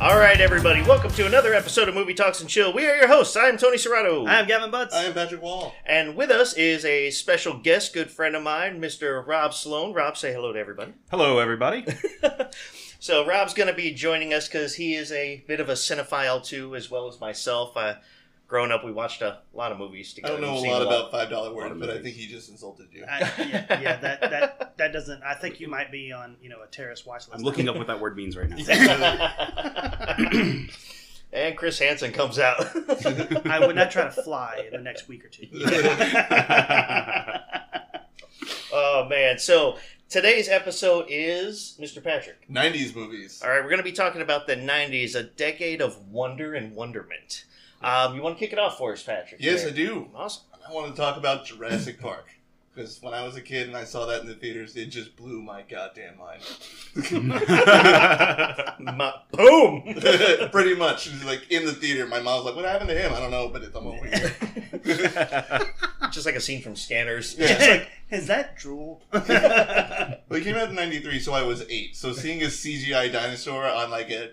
All right, everybody, welcome to another episode of Movie Talks and Chill. We are your hosts. I'm Tony Serrato. I'm Gavin Butts. I am Patrick Wall. and with us is a special guest, good friend of mine, Mr. Rob Sloan. Rob, say hello to everybody. Hello, everybody. So Rob's going to be joining us because he is a bit of a cinephile too, as well as myself. Uh, growing up, we watched a lot of movies I together. don't know We've a seen lot about five dollar lot word, of but I movies. think he just insulted you. I, yeah, yeah, that that that doesn't. I think you might be on you know a terrorist watch list. I'm looking up what that word means right now. and Chris Hansen comes out. I would not try to fly in the next week or two. oh man! So today's episode is Mr. Patrick. Nineties movies. All right, we're going to be talking about the '90s, a decade of wonder and wonderment. Um, you want to kick it off for us, Patrick? Yes, I do. Awesome. I want to talk about Jurassic Park because when I was a kid and I saw that in the theaters, it just blew my goddamn mind. Ma- boom. Pretty much, It was like in the theater, my mom's like, "What happened to him? I don't know, but it's I'm over here." Just like a scene from Scanners. Yeah. Is that drool? Well, it came out in '93, so I was eight. So seeing a CGI dinosaur on like a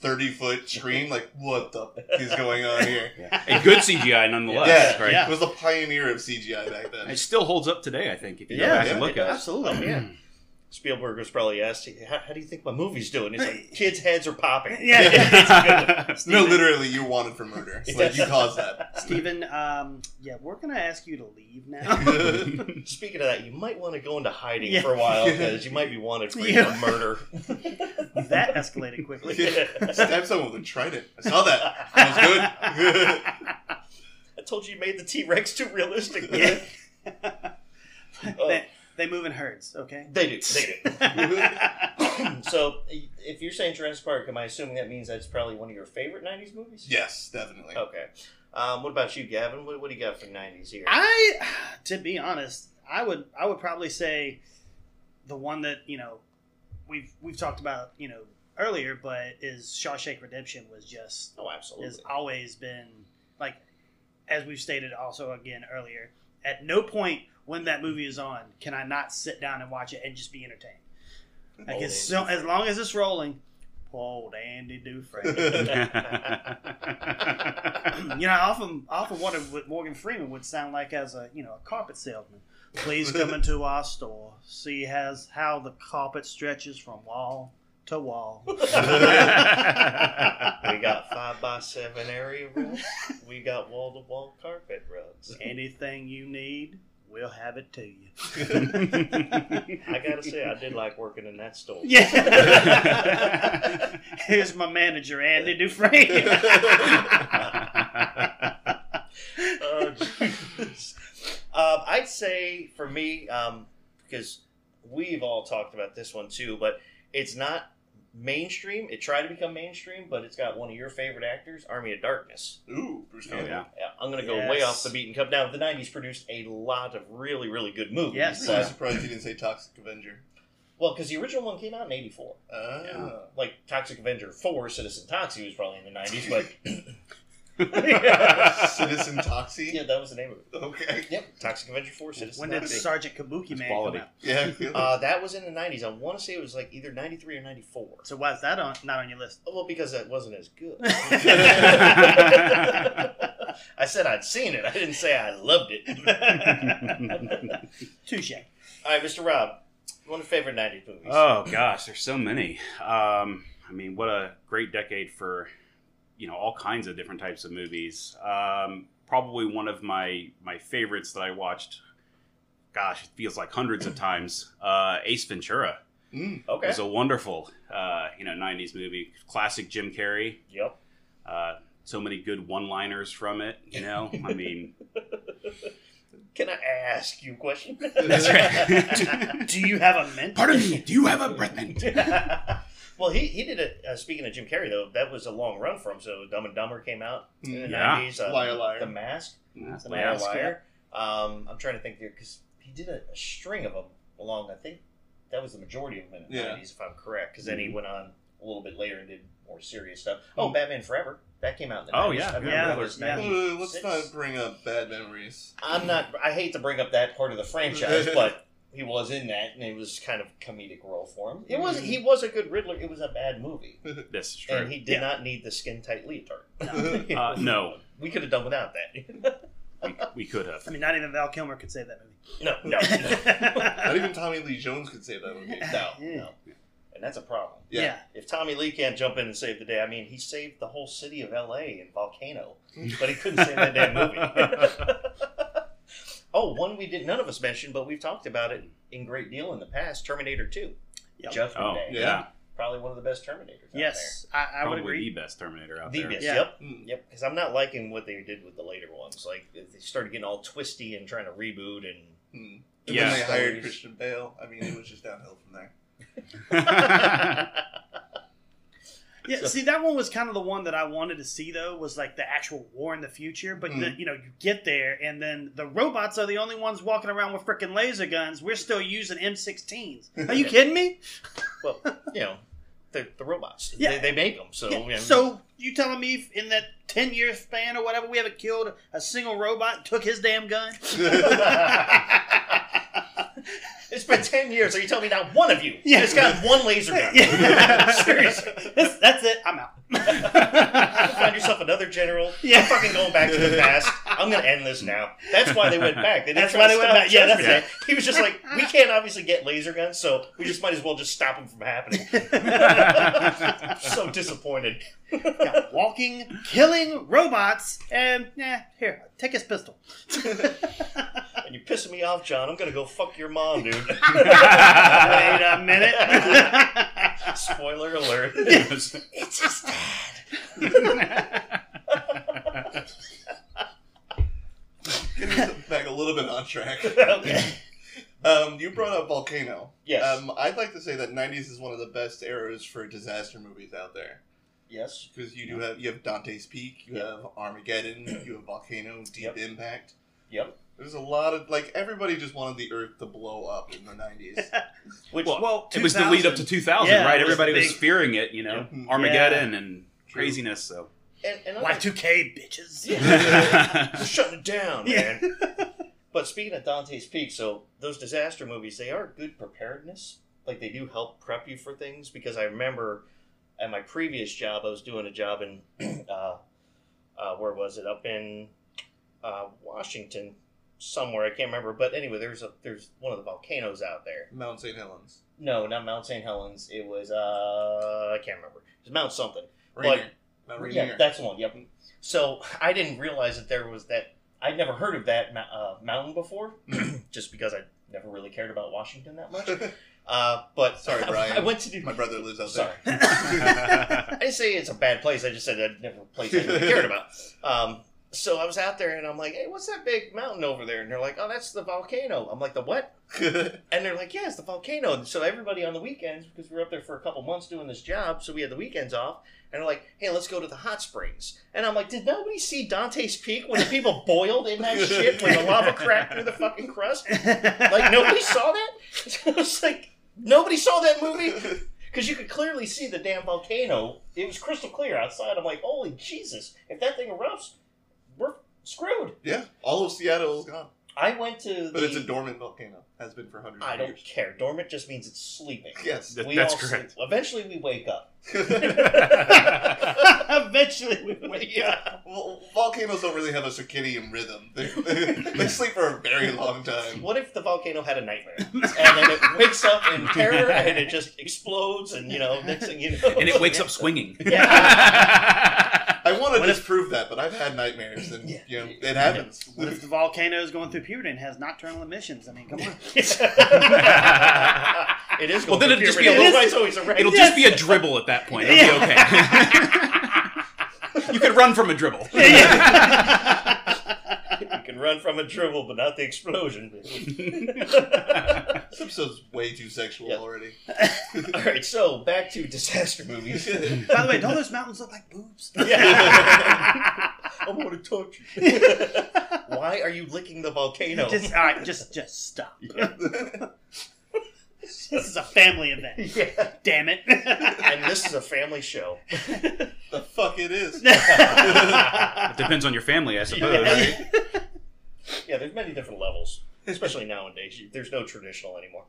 30 foot screen, like what the f- is going on here? a good CGI, nonetheless. Yeah, right? yeah. It was the pioneer of CGI back then. It still holds up today, I think, if you Yeah, go back yeah, and look at it. Absolutely, yeah. Spielberg was probably asked, how, how do you think my movie's doing? He's like, kids' heads are popping. Yeah, yeah, it's good. No, Steven- literally, you're wanted for murder. Like you caused that. Steven, um, yeah, we're gonna ask you to leave now. Speaking of that, you might want to go into hiding Yeah. for a while because you might be wanted for Yeah. your murder. that escalated quickly. Stab someone with a trident. I saw that. That was good. I told you you made the T Rex too realistic. Yeah. man. they, they move in herds, okay? They do. They do. so, if you're saying Jurassic Park, am I assuming that means that's probably one of your favorite 90s movies? yes, definitely. Okay. Um, what about you, Gavin? What, what do you got for 90s here? I, to be honest, I would I would probably say the one that you know we've we've talked about you know earlier, but is Shawshank Redemption was just oh, absolutely. has always been like as we've stated also again earlier. At no point when that movie is on can I not sit down and watch it and just be entertained. Like Old as, so, as long as it's rolling, old Andy Dufresne. you know, I often I often wondered what Morgan Freeman would sound like as a you know a carpet salesman. Please come into our store. See has how the carpet stretches from wall to wall. we got five by seven area rugs. We got wall to wall carpet rugs. Anything you need, we'll have it to you. I gotta say, I did like working in that store. Yeah. Here's my manager, Andy Dufresne. Uh, jeez. um, I'd say for me, um, because we've all talked about this one too, but it's not mainstream. It tried to become mainstream, but it's got one of your favorite actors, Army of Darkness. Ooh, Bruce Oh, Campbell. yeah. Yeah, I'm gonna go way Yes. off the beaten cup. Now the '90s produced a lot of really, really good movies. Yes. I'm Uh, surprised you didn't say Toxic Avenger. well, because the original one came out in '84. Ah. Yeah. like Toxic Avenger Four, Citizen Toxie was probably in the nineties, but Oh. Citizen Toxie? yeah, that was the name of it. Okay. Yep, Toxic Avenger Four, Citizen when did Toxie. Sergeant Kabuki It's Man quality. come out? Yeah. really? Uh, that was in the nineties. I want to say it was like either ninety three or ninety four. So why is that on, not on your list? Well, because that wasn't as good. I said I'd seen it. I didn't say I loved it. Touche. All right, Mr. Rob, one of your favorite nineties movies. Oh gosh, there's so many. Um, I mean, what a great decade for you know all kinds of different types of movies. Um, probably one of my my favorites that I watched. Gosh, it feels like hundreds of times. Uh, Ace Ventura Mm. okay. was a wonderful uh, you know '90s movie, classic Jim Carrey. Yep. Uh, so many good one-liners from it. You know, I mean, Can I ask you a question? That's Do you have a mentor? Pardon me. Do you have a breath mint? well, he, he did a, uh, speaking of Jim Carrey, though, that was a long run for him. So Dumb and Dumber came out in the Mm. Yeah. 90s. uh, Liar, liar. The Mask. That's The last. Mask, Liar. Um, I'm trying to think there because he did a, a string of them along, I think that was the majority of them in the Yeah. 90s, if I'm correct. Because then he Mhm. went on a little bit later and did more serious stuff. Oh, Batman Forever. That came out in the 90s. Oh, yeah. I remember Yeah. that was Yeah. 90s. Uh, let's Six. not bring up bad memories. I'm not, I hate to bring up that part of the franchise, but he was in that, and it was kind of comedic role for him. It was he was a good Riddler. It was a bad movie, This is true. and he did Yeah. not need the skin tight leotard. uh, no, We could have done without that. we, we could have. I mean, not even Val Kilmer could save that movie. no, no, no, Not even Tommy Lee Jones could say that movie. no, no. and that's a problem. Yeah. If Tommy Lee can't jump in and save the day, I mean, he saved the whole city of L.A. in Volcano, but he couldn't save that damn movie. oh, one we did none of us mentioned, but we've talked about it in great deal in the past. Terminator Two, Yep. Judgment Oh Day, yeah, probably one of the best Terminators. out Yes, I, I would probably agree. the best Terminator out there. there. the best. Yeah. Yep. Mm. Yep, because I'm not liking what they did with the later ones. Like they started getting all twisty and trying to reboot, and Mm. And Yeah. When they hired Stories. Christian Bale, I mean, it was just downhill from there. Yeah, see, that one was kind of the one that I wanted to see though was like the actual war in the future. But the, you know, you get there, and then the robots are the only ones walking around with freaking laser guns. We're still using M16s. Are you kidding me? well, you know, they're the robots. Yeah. They, they make them, so Yeah, you know, So you telling me if in that ten year span or whatever we haven't killed a single robot? and Took his damn gun. it's been ten years. Are you telling me not one of you Yeah. has got one laser gun? Yeah. Seriously, That's, that's it. I'm out. find yourself another general. Yeah. I'm fucking going back to the past. I'm going to end this now. That's why they went back. They didn't That's try why to they went stop back. Yeah, that's Judgment Day. He was just like, we can't obviously get laser guns, so we just might as well just stop them from happening. so disappointed. Got walking, killing robots, and nah, here, take his pistol. And you're pissing me off, John. I'm going to go fuck your mom, dude. Wait a minute. Spoiler alert. It's his dad. Getting us back a little bit on track. Okay. Um, you brought up Volcano. Yes. Um, I'd like to say that 90s is one of the best eras for disaster movies out there. yes. Because you do have you have Dante's Peak, you have Armageddon, you have Volcano, Deep Yep. Impact. Yep. There's a lot of like everybody just wanted the Earth to blow up in the 90s. Which Well, well, it was the lead up to 2000, Yeah, right? it was Everybody the was big- fearing it, you know, Yeah. Armageddon and True. craziness. So and, and Y two K bitches. We're shutting it down, Yeah. man. but speaking of Dante's Peak, so those disaster movies, they are good preparedness. Like they do help prep you for things because I remember at my previous job, I was doing a job in, uh, uh, where was it? Up in uh, Washington somewhere. I can't remember. But anyway, there's a there's one of the volcanoes out there. Mount St. Helens. No, not Mount St. Helens. It was uh, I can't remember. It was Mount something. Rainier. Mount Rainier. Yeah, that's the one. Yep. So I didn't realize that there was that. I'd never heard of that mou- uh, mountain before, just because I never really cared about Washington that much. Uh, but Sorry, Brian. I went to do. My brother lives out Sorry, I yeah, didn't say it's a bad place. I just said I'd never a place I really cared about. Um, so I was out there and I'm like, "Hey, what's that big mountain over there?" And they're like, "Oh, that's the volcano." I'm like, "The what?" there. And they're like, yeah, it's the volcano. And so everybody on the weekends, because we were up there for a couple months doing this job, so we had the weekends off, and they're like, hey, let's go to the hot springs. And I'm like, did nobody see Dante's Peak when the people boiled in that shit when the lava cracked through the fucking crust? Like, nobody saw that? So it's like, nobody saw that movie? Because you could clearly see the damn volcano. It was crystal clear outside. I'm like, holy Jesus, if that thing erupts, we're screwed. yeah, all of Seattle is gone, I went to but the. it's a dormant volcano. Has been for hundreds. I of don't years. care. Dormant just means it's sleeping. Yes. That- We that's all sleep. correct. Eventually, we wake up. uh, Eventually, we went. yeah. Well, volcanoes don't really have a circadian rhythm. They, they sleep for a very long time. What if the volcano had a nightmare and then it wakes up in terror and it just explodes and you know next thing you know and it wakes up swinging. I want to What if- disprove that, but I've had nightmares, and Yeah. you know it happens. What if the volcano is going through puberty and has nocturnal emissions? I mean, come on. it is. Going Well, then to it'd just be be a a little- little. It's always a red. It'll just be a dribble at that point. It'll be okay. you could run from a dribble. You can run from a dribble, but not the explosion. This episode's way too sexual Yeah. already. All right, so back to disaster movies. By the way, don't those mountains look like boobs? Yeah. I want to touch you. Why are you licking the volcano? Just all right, just just stop. this is a family event. yeah. Damn it. And this is a family show. the fuck it is. Depends on your family, I suppose. Yeah, there's many different levels. especially nowadays. You- There's no traditional anymore.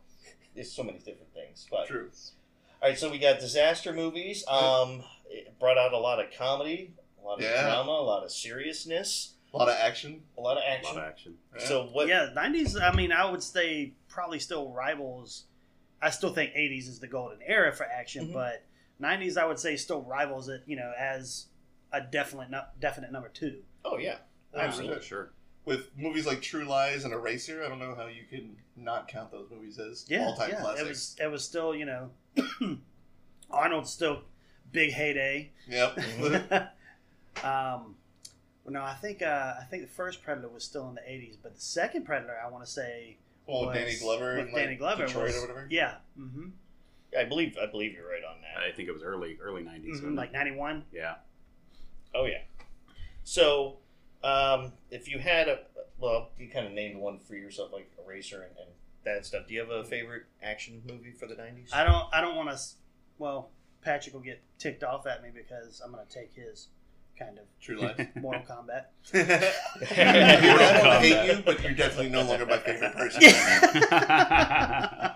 There's so many different things. But True. all right, so we got disaster movies. Um, it brought out a lot of comedy, a lot of Yeah. drama, a lot of seriousness, A lot of action. a lot of A lot action. of action. Yeah. So what? yeah, nineties. I mean, I would say probably still rivals. I still think eighties is the golden era for action, Mm-hmm. Mhm. but nineties I would say still rivals it. You know, as a definite nu- definite number two. Oh yeah, Yeah. absolutely. Sure. With movies like True Lies and Eraser, I don't know how you can not count those movies as Yeah, all-time yeah. classics. It was it was still you know Arnold's still big heyday. Yep. um, well, no, I think uh, I think the first Predator was still in the eighties, but the second Predator I want to say well, with was- Danny Glover with and like, Danny Glover Detroit was- or whatever. Yeah, hmm I believe I believe you're right on that. I think it was early early 90s wasn't it? mm-hmm, like ninety one. yeah. Oh yeah. So, um, if you had a well, you kind of named one for yourself, like Eraser and, and that stuff. Do you have a favorite action movie for the nineties? I don't I don't want to. Well, Patrick will get ticked off at me because I'm going to take his kind of True Lies. Mortal Kombat. I Mortal don't hate Kombat. you, but you're definitely no longer my favorite person. I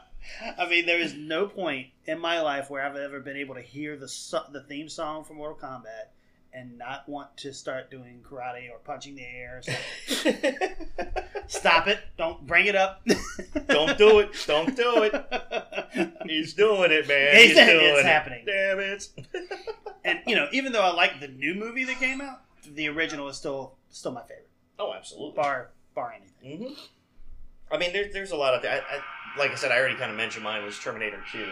mean, there is no point in my life where I've ever been able to hear the su- the theme song from Mortal Kombat and not want to start doing karate or punching the air. or something. Stop it! Don't bring it up. don't do it. Don't do it. He's doing it, man. He's He's doing doing it. It's it. happening. Damn it. and you know, even though I like the new movie that came out, the original is still still my favorite, Oh, absolutely. bar bar anything. hmm I mean, there, there's a lot of. I, I, like I said, I already kind of mentioned mine was Terminator 2.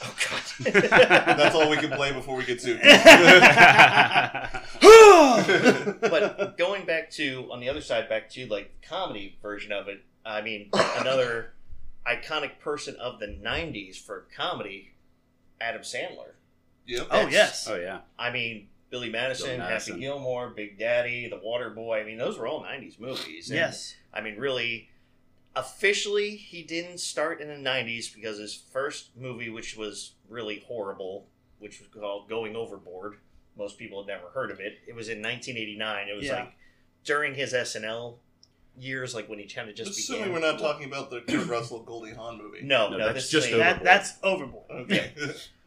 Oh, God. That's all we can play before we get sued. Oh, but going back to, on the other side, back to like the comedy version of it, I mean, another iconic person of the 90s for comedy, Adam Sandler. yep. oh yes, oh yeah. I mean, Billy Madison, Billy Madison. Happy Gilmore, Big Daddy, The Water Boy. I mean, those were all 90s movies. And yes. I mean, really, officially, he didn't start in the 90s because his first movie, which was really horrible, which was called Going Overboard, most people had never heard of it. It was in 1989. It was Yeah. like during his SNL years, like when he kind of just Assuming began. we're not talking about the Kurt Russell Goldie Hawn movie. no, no, No, that's this just is a- over. That, that's overboard. Okay.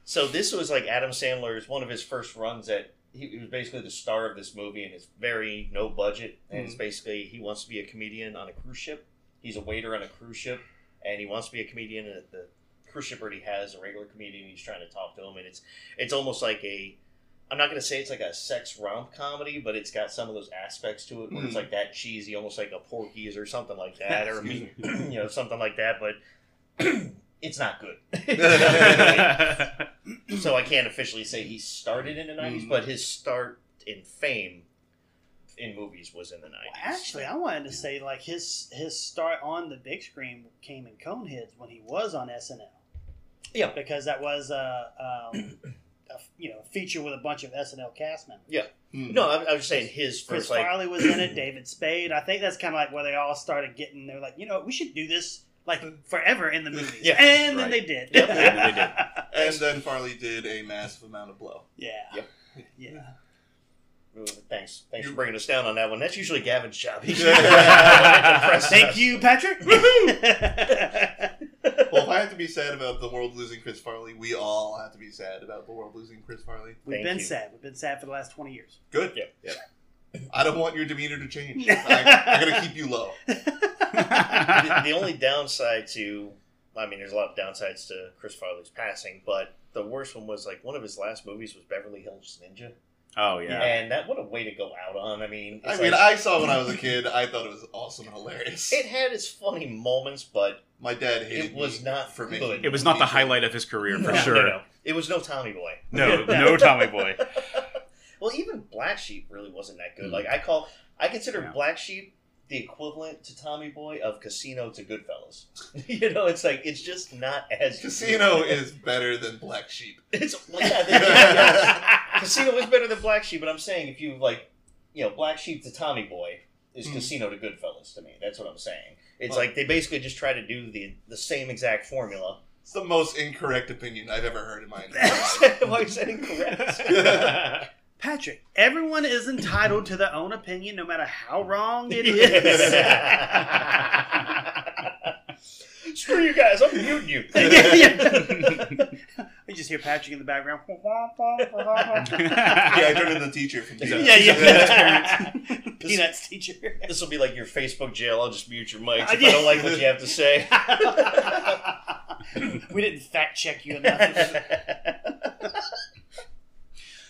So this was like Adam Sandler's one of his first runs at. He, he was basically the star of this movie, and it's very no budget. And Mm-hmm. it's basically he wants to be a comedian on a cruise ship. He's a waiter on a cruise ship, and he wants to be a comedian. And the cruise ship already has a regular comedian. He's trying to talk to him, and it's it's almost like a. I'm not gonna say it's like a sex romp comedy, but it's got some of those aspects to it where it's Mm. like that cheesy, almost like a Porky's or something like that, or Excuse me. you know something like that. But it's not good. so I can't officially say he started in the 90s, Mhm. but his start in fame in movies was in the 90s. Actually, I wanted to say like his his start on the big screen came in Coneheads when he was on SNL. Yeah. because that was a, um, a you know feature with a bunch of SNL cast members. Yeah. Hmm. no, I, I was just saying his Chris first, like, Farley was in it. David Spade. I think that's kind of like where they all started getting. They're like, you know, we should do this like forever in the movies. Yeah. and then they Right. did. Yep, and they And then Farley did a massive amount of blow. yeah. Yep. Yeah. thanks, thanks for You- bringing us down on that one. That's usually Gavin's job. He's Thank you, Patrick. Well, if I have to be sad about the world losing Chris Farley, we all have to be sad about the world losing Chris Farley. We've Thank been you. sad. We've been sad for the last twenty years. Good. Yep, I don't want your demeanor to change. I, I'm going to keep you low. the, the only downside to, I mean, there's a lot of downsides to Chris Farley's passing, but the worst one was like one of his last movies was Beverly Hills Ninja, oh yeah. and that what a way to go out on. I mean, I it's mean, like- I saw when I was a kid. I thought it was awesome and hilarious. it had its funny moments, but My dad hated It was me not for good. making. It was not the highlight of his career for No, sure. No, no. It was no Tommy Boy. No, no Tommy Boy. Well, even Black Sheep really wasn't that good. Mm. Like I call, I consider Yeah. Black Sheep the equivalent to Tommy Boy of Casino to Goodfellas. you know, it's like it's just not as good. Casino is better than Black Sheep. It's well, yeah, yeah, yeah. Casino is better than Black Sheep, but I'm saying if you like, you know, Black Sheep to Tommy Boy is Mm. Casino to Goodfellas to me. That's what I'm saying. It's Well- like they basically just try to do the the same exact formula. It's the most incorrect opinion I've ever heard in my entire life. Why is that incorrect? Patrick, everyone is entitled to their own opinion, no matter how wrong it is. Screw you guys, I'm muting you. Yeah, yeah. you just hear Patrick in the background. Yeah, I turned into the teacher from Yeah. yeah, yeah. This- Peanuts teacher. This will be like your Facebook jail. I'll just mute your mics if Yeah. I don't like what you have to say. we didn't fact check you enough.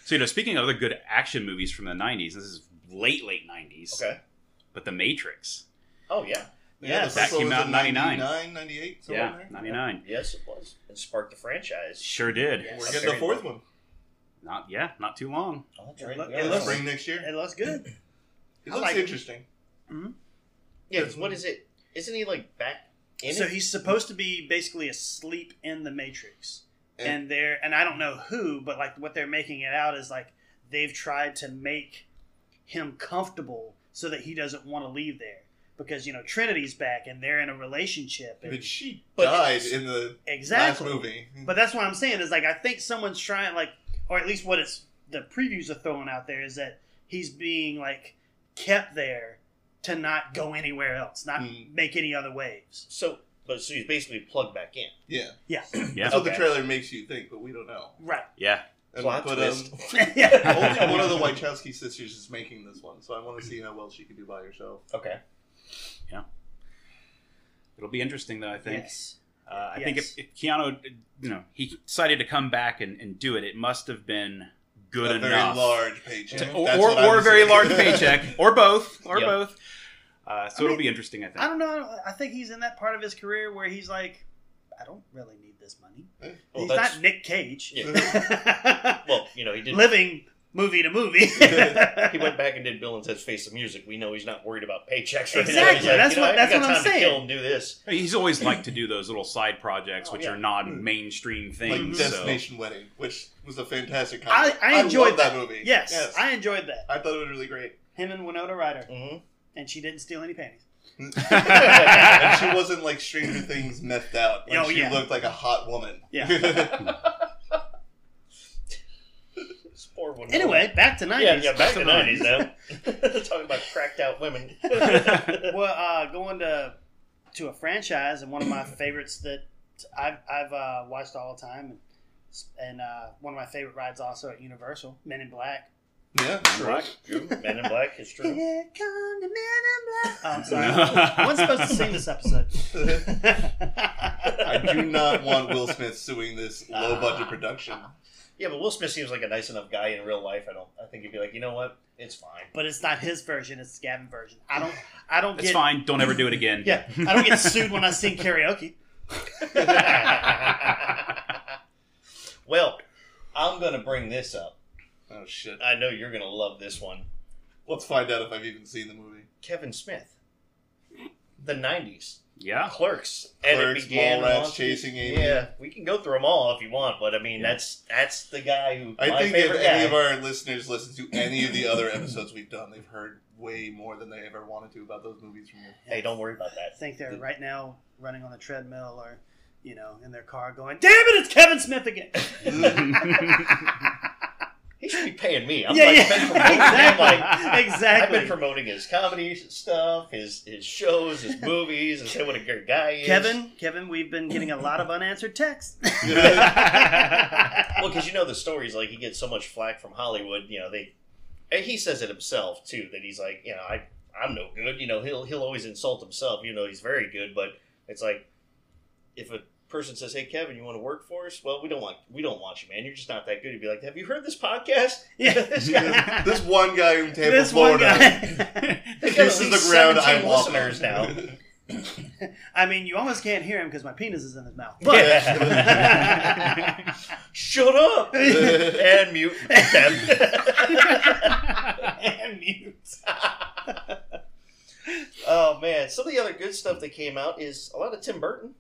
So you know, speaking of other good action movies from the '90s, this is late late '90s. Okay. but The Matrix. oh yeah, Yeah, the first That came one was out in in 99. 99, 98, somewhere yeah, in there. '99. yes, it was. It sparked the franchise. Sure did. Yeah. We're getting the fourth one. Not yeah, not too long. Oh, that's It look- Yeah, it that's looks- right. Spring next year. it looks good. It I looks like it. interesting. Yeah, 'cause what is it? Isn't he like back in so it? he's supposed to be basically asleep in the Matrix, And- and they're and I don't know who, but like what they're making it out is like they've tried to make him comfortable so that he doesn't want to leave there because you know Trinity's back and they're in a relationship. And, But she But died it's- in the exactly. last movie. But that's what I'm saying is like I think someone's trying like, or at least what it's the previews are throwing out there is that he's being like kept there to not go anywhere else, not Hmm. make any other waves. So, but so he's basically plugged back in. yeah. Yeah, Yeah, That's what the Okay. trailer makes you think, but we don't know. right. yeah. And- Plot but, twist. Um, yeah. only one of the Wachowski sisters is making this one, so I want to see how well she can do by herself. Okay. It'll be interesting though. I think. Yes. Uh, I think Yes. if, if Keanu, you know, he decided to come back and, and do it, it must have been good a enough. very large paycheck, to- That's or what I or, or a was very thinking. large paycheck, or both, or Yep. both. Uh, so I it'll mean, be interesting, I think. I don't know. I think he's in that part of his career where he's like, I don't really need this money. Well, he's that's, not Nick Cage. well, you know, he did. Living movie to movie. He went back and did Bill and Ted's Face the Music. We know he's not worried about paychecks right now. He's Exactly. That's you know, what- I that's got what I'm time to saying. kill and do this. He's always liked to do those little side projects, Oh, which yeah. are non-mainstream like things. so. Destination Wedding, which was a fantastic. I- Comedy. I enjoyed love that movie. yes, I enjoyed that. I thought it was really great, Him and Winona Ryder, hmm and she didn't steal any panties. and she wasn't like Stranger Things methed out. Like, Oh, she yeah. looked like a hot woman. Yeah. This poor woman. Anyway, back to yeah, nineties. yeah, back to That's the the nineties now. Talking about cracked out women. Well, uh, going to to a franchise and one of my favorites that I've I've uh, watched all the time, and and uh, one of my favorite rides also at Universal, Men in Black. yeah, Black. True. Men in Black is true. Here come the men in black. Oh, I'm sorry. I No. wasn't supposed to sing this episode. true. I do not want Will Smith suing this low budget production. Yeah, but Will Smith seems like a nice enough guy in real life. I don't. I think he'd be like, you know what? It's fine. But it's not his version; it's Gavin version. I don't. I don't It's get. fine. Don't ever do it again. Yeah, I don't get sued when I sing karaoke. well, I'm gonna bring this up. Oh shit! I know you're gonna love this one. Let's find out if I've even seen the movie. Kevin Smith. The '90s yeah. Clerks. Clerks, Mallrats, on- Chasing Amy. Yeah, we can go through them all if you want, but I mean, that's that's the guy who. I my think if favorite any guy. of our listeners listen to any of the other episodes we've done, they've heard way more than they ever wanted to about those movies from you. Hey, don't worry about I that. think they're right now running on the treadmill or, you know, in their car going, "Damn it, it's Kevin Smith again." He should be paying me. I'm yeah, like, yeah, been promoting him, like, exactly, I've exactly. been promoting his comedy stuff, his his shows, his movies, and say what a great guy he is. Kevin, Kevin, we've been getting a lot of unanswered texts. Well, because you know the stories, like he gets so much flack from Hollywood. You know they, and he says it himself too that he's like, you know, I I'm no good. You know, he'll he'll always insult himself. You know, he's very good, but it's like if a person says, "Hey, Kevin, you want to work for us?" Well, we don't want we don't want you, man. You're just not that good. He'd be like, "Have you heard this podcast?" yeah, this guy, this, this one guy in Tampa, this one Florida. guy. this This is the ground I'm walking. listeners now. I mean, you almost can't hear him because my penis is in his mouth. But Yeah. Shut up and mute them. and mute. oh man, some of the other good stuff that came out is a lot of Tim Burton.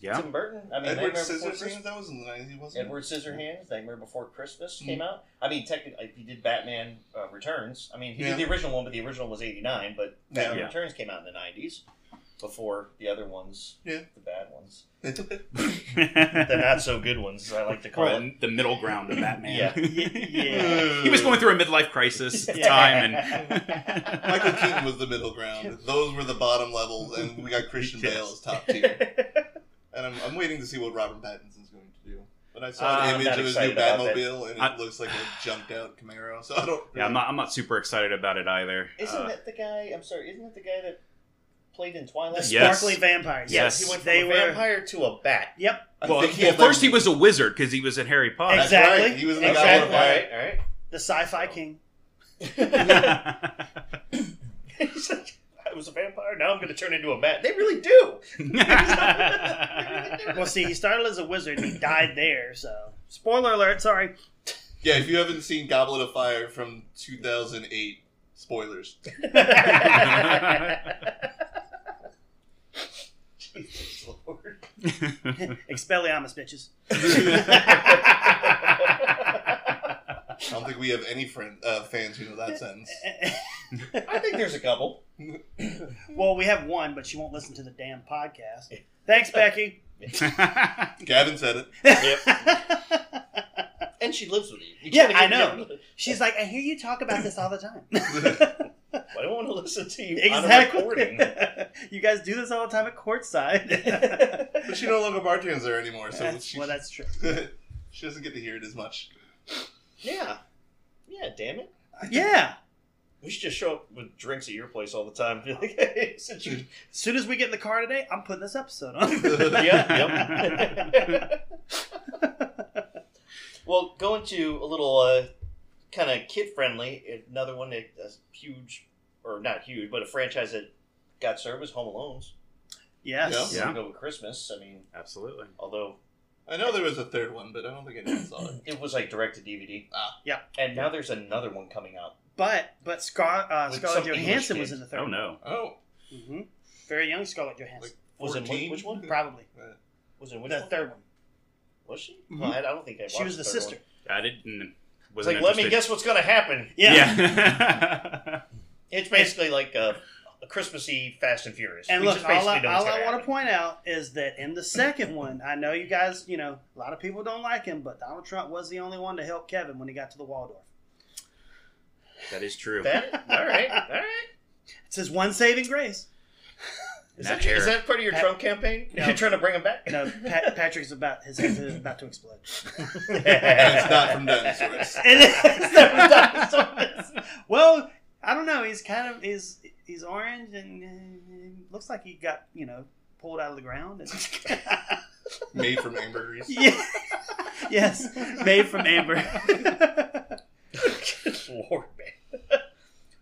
Yeah. Tim Burton. I mean, Edward Nightmare Before Scissorhands. Christmas- That was in the nineties, wasn't Edward Scissorhands, Nightmare Before Hmm. Christmas came out. I mean, technically, he did Batman uh, Returns. I mean, he Yeah. did the original one, but the original was '89, but Batman Yeah. Returns came out in the '90s. before the other ones. Yeah. The bad ones. The the not so good ones, as I like to call it. middle ground of Batman. Yeah. Yeah. he was going through a midlife crisis at the Yeah. time, and Michael Keaton was the middle ground. Those were the bottom levels, and we got Christian Yes. Bale as top tier. And I'm, I'm waiting to see what Robert Pattinson's going to do. But I saw Uh, an I'm image not of his new excited about that. Batmobile, and it I- looks like a junked out Camaro. So I don't. Yeah, I'm not. I'm not super excited about it either. Isn't Uh, that the guy? I'm sorry. Isn't that the guy that played in Twilight? The Yes. sparkly vampires. Yes. He went from They a were- vampire to a bat. Yep. I well, think well, had, like- first he was a wizard because he was in Harry Potter. That's Exactly. right. He was in the Exactly. Godfather. All right. The sci-fi king. He's like, I was a vampire. Now I'm going to turn into a bat. They really do. Well, see, he started as a wizard and he died there. So, spoiler alert. Sorry. Yeah, if you haven't seen Goblet of Fire from 2008, spoilers. Jesus Lord. Expelliarmus, bitches. I I don't think we have any friend, uh, fans who know that sentence. think there's a couple. well, we have one, but she won't listen to the damn podcast. Thanks, Becky. Gavin said it. And she lives with you. You Yeah, gotta I get- She's like, I hear you talk about this all the time. I don't want to listen to you on a recording. exactly. you guys do this all the time at courtside. But she no longer bartends there anymore, so That's- she, well, that's true. she doesn't get to hear it as much. Yeah. Yeah, damn it. Yeah. We should just show up with drinks at your place all the time. Since you As soon as we get in the car today, I'm putting this episode on. yep, yep. well, going to a little uh, kind of kid friendly, another one that that's huge, or not huge, but a franchise that got service, Home Alone's. yes. Yeah. We'll Go with Christmas. I mean, Absolutely. although I know there was a third one, but I don't think anyone saw it. it was like direct to DVD. Ah. Yeah. And now there's another one coming out. But but Scar- uh, Like Scarlett some English Johansson kid. was in the third. Oh no. Oh, hmm Very young Scarlett Johansson. Was it which, 14? which one? Probably. Was it which the one? third one. Was she? Mhm. Well, I I don't think I watched She was the third sister. one. I didn't. It's Mm-hmm. Was like, let me guess what's going to happen. Yeah. Yeah. It's basically like a, a Christmassy Fast and Furious. And We look, just all I, basically know what's all I gonna want to happen. point out is that in the second one, I know you guys, you know, a lot of people don't like him, but Donald Trump was the only one to help Kevin when he got to the Waldorf. that is true. That, all right, all right. It's his one saving grace. Is Not that, is here. that part of your Pat- Trump campaign? No. You're trying to bring him back? No, Pat, Patrick's about his head is about to explode. and it's not from dinosaurs. It is the dinosaurs. Well, I don't know. He's kind of he's he's orange and uh, looks like he got you know pulled out of the ground. And Made from ambergris. yeah. yes, made from amber. Lord, man.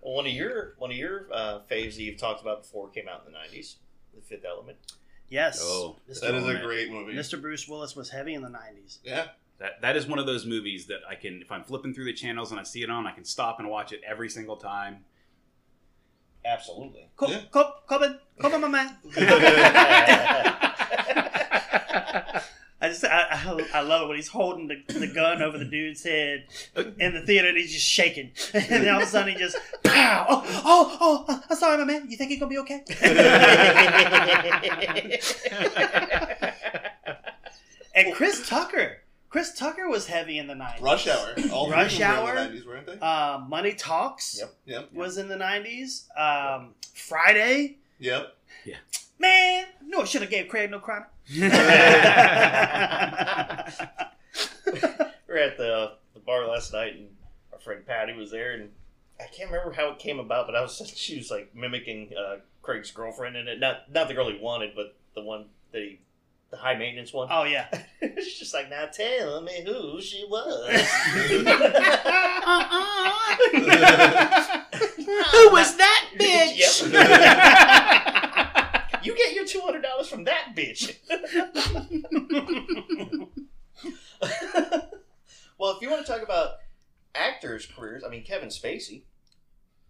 well, one of your one of your uh, faves that you've talked about before came out in the '90s, The Fifth Element. yes, Oh, That Mr. is a great movie. Mr. Bruce Willis was heavy in the nineties. Yeah. That that is one of those movies that I can, if I'm flipping through the channels and I see it on, I can stop and watch it every single time. Absolutely. Come, Yeah. come, come, in, come on, my man. I just, I, I, I love it when he's holding the, the gun over the dude's head in the theater and he's just shaking. And then all of a sudden he just, pow! Oh, oh, oh, oh, I'm sorry, my man. You think you're going to be okay? and Chris Tucker. Chris Tucker was heavy in the 90s. Rush Hour. All three Rush of them were Hour. in the 90s, weren't they? Uh, Money Talks Yep. yep. was in the 90s. Um, Friday. Yep. Man, no, I should have gave Craig no crime. We were at the the bar last night, and our friend Patty was there, and I can't remember how it came about, but I was she was like mimicking uh, Craig's girlfriend in it. Not not the girl he wanted, but the one that he, the high maintenance one. Oh, yeah. She's just like, now tell me who she was. Uh-uh. Who was that bitch? you get your two hundred dollars from that bitch. well, if you want to talk about actors' careers, I mean Kevin Spacey,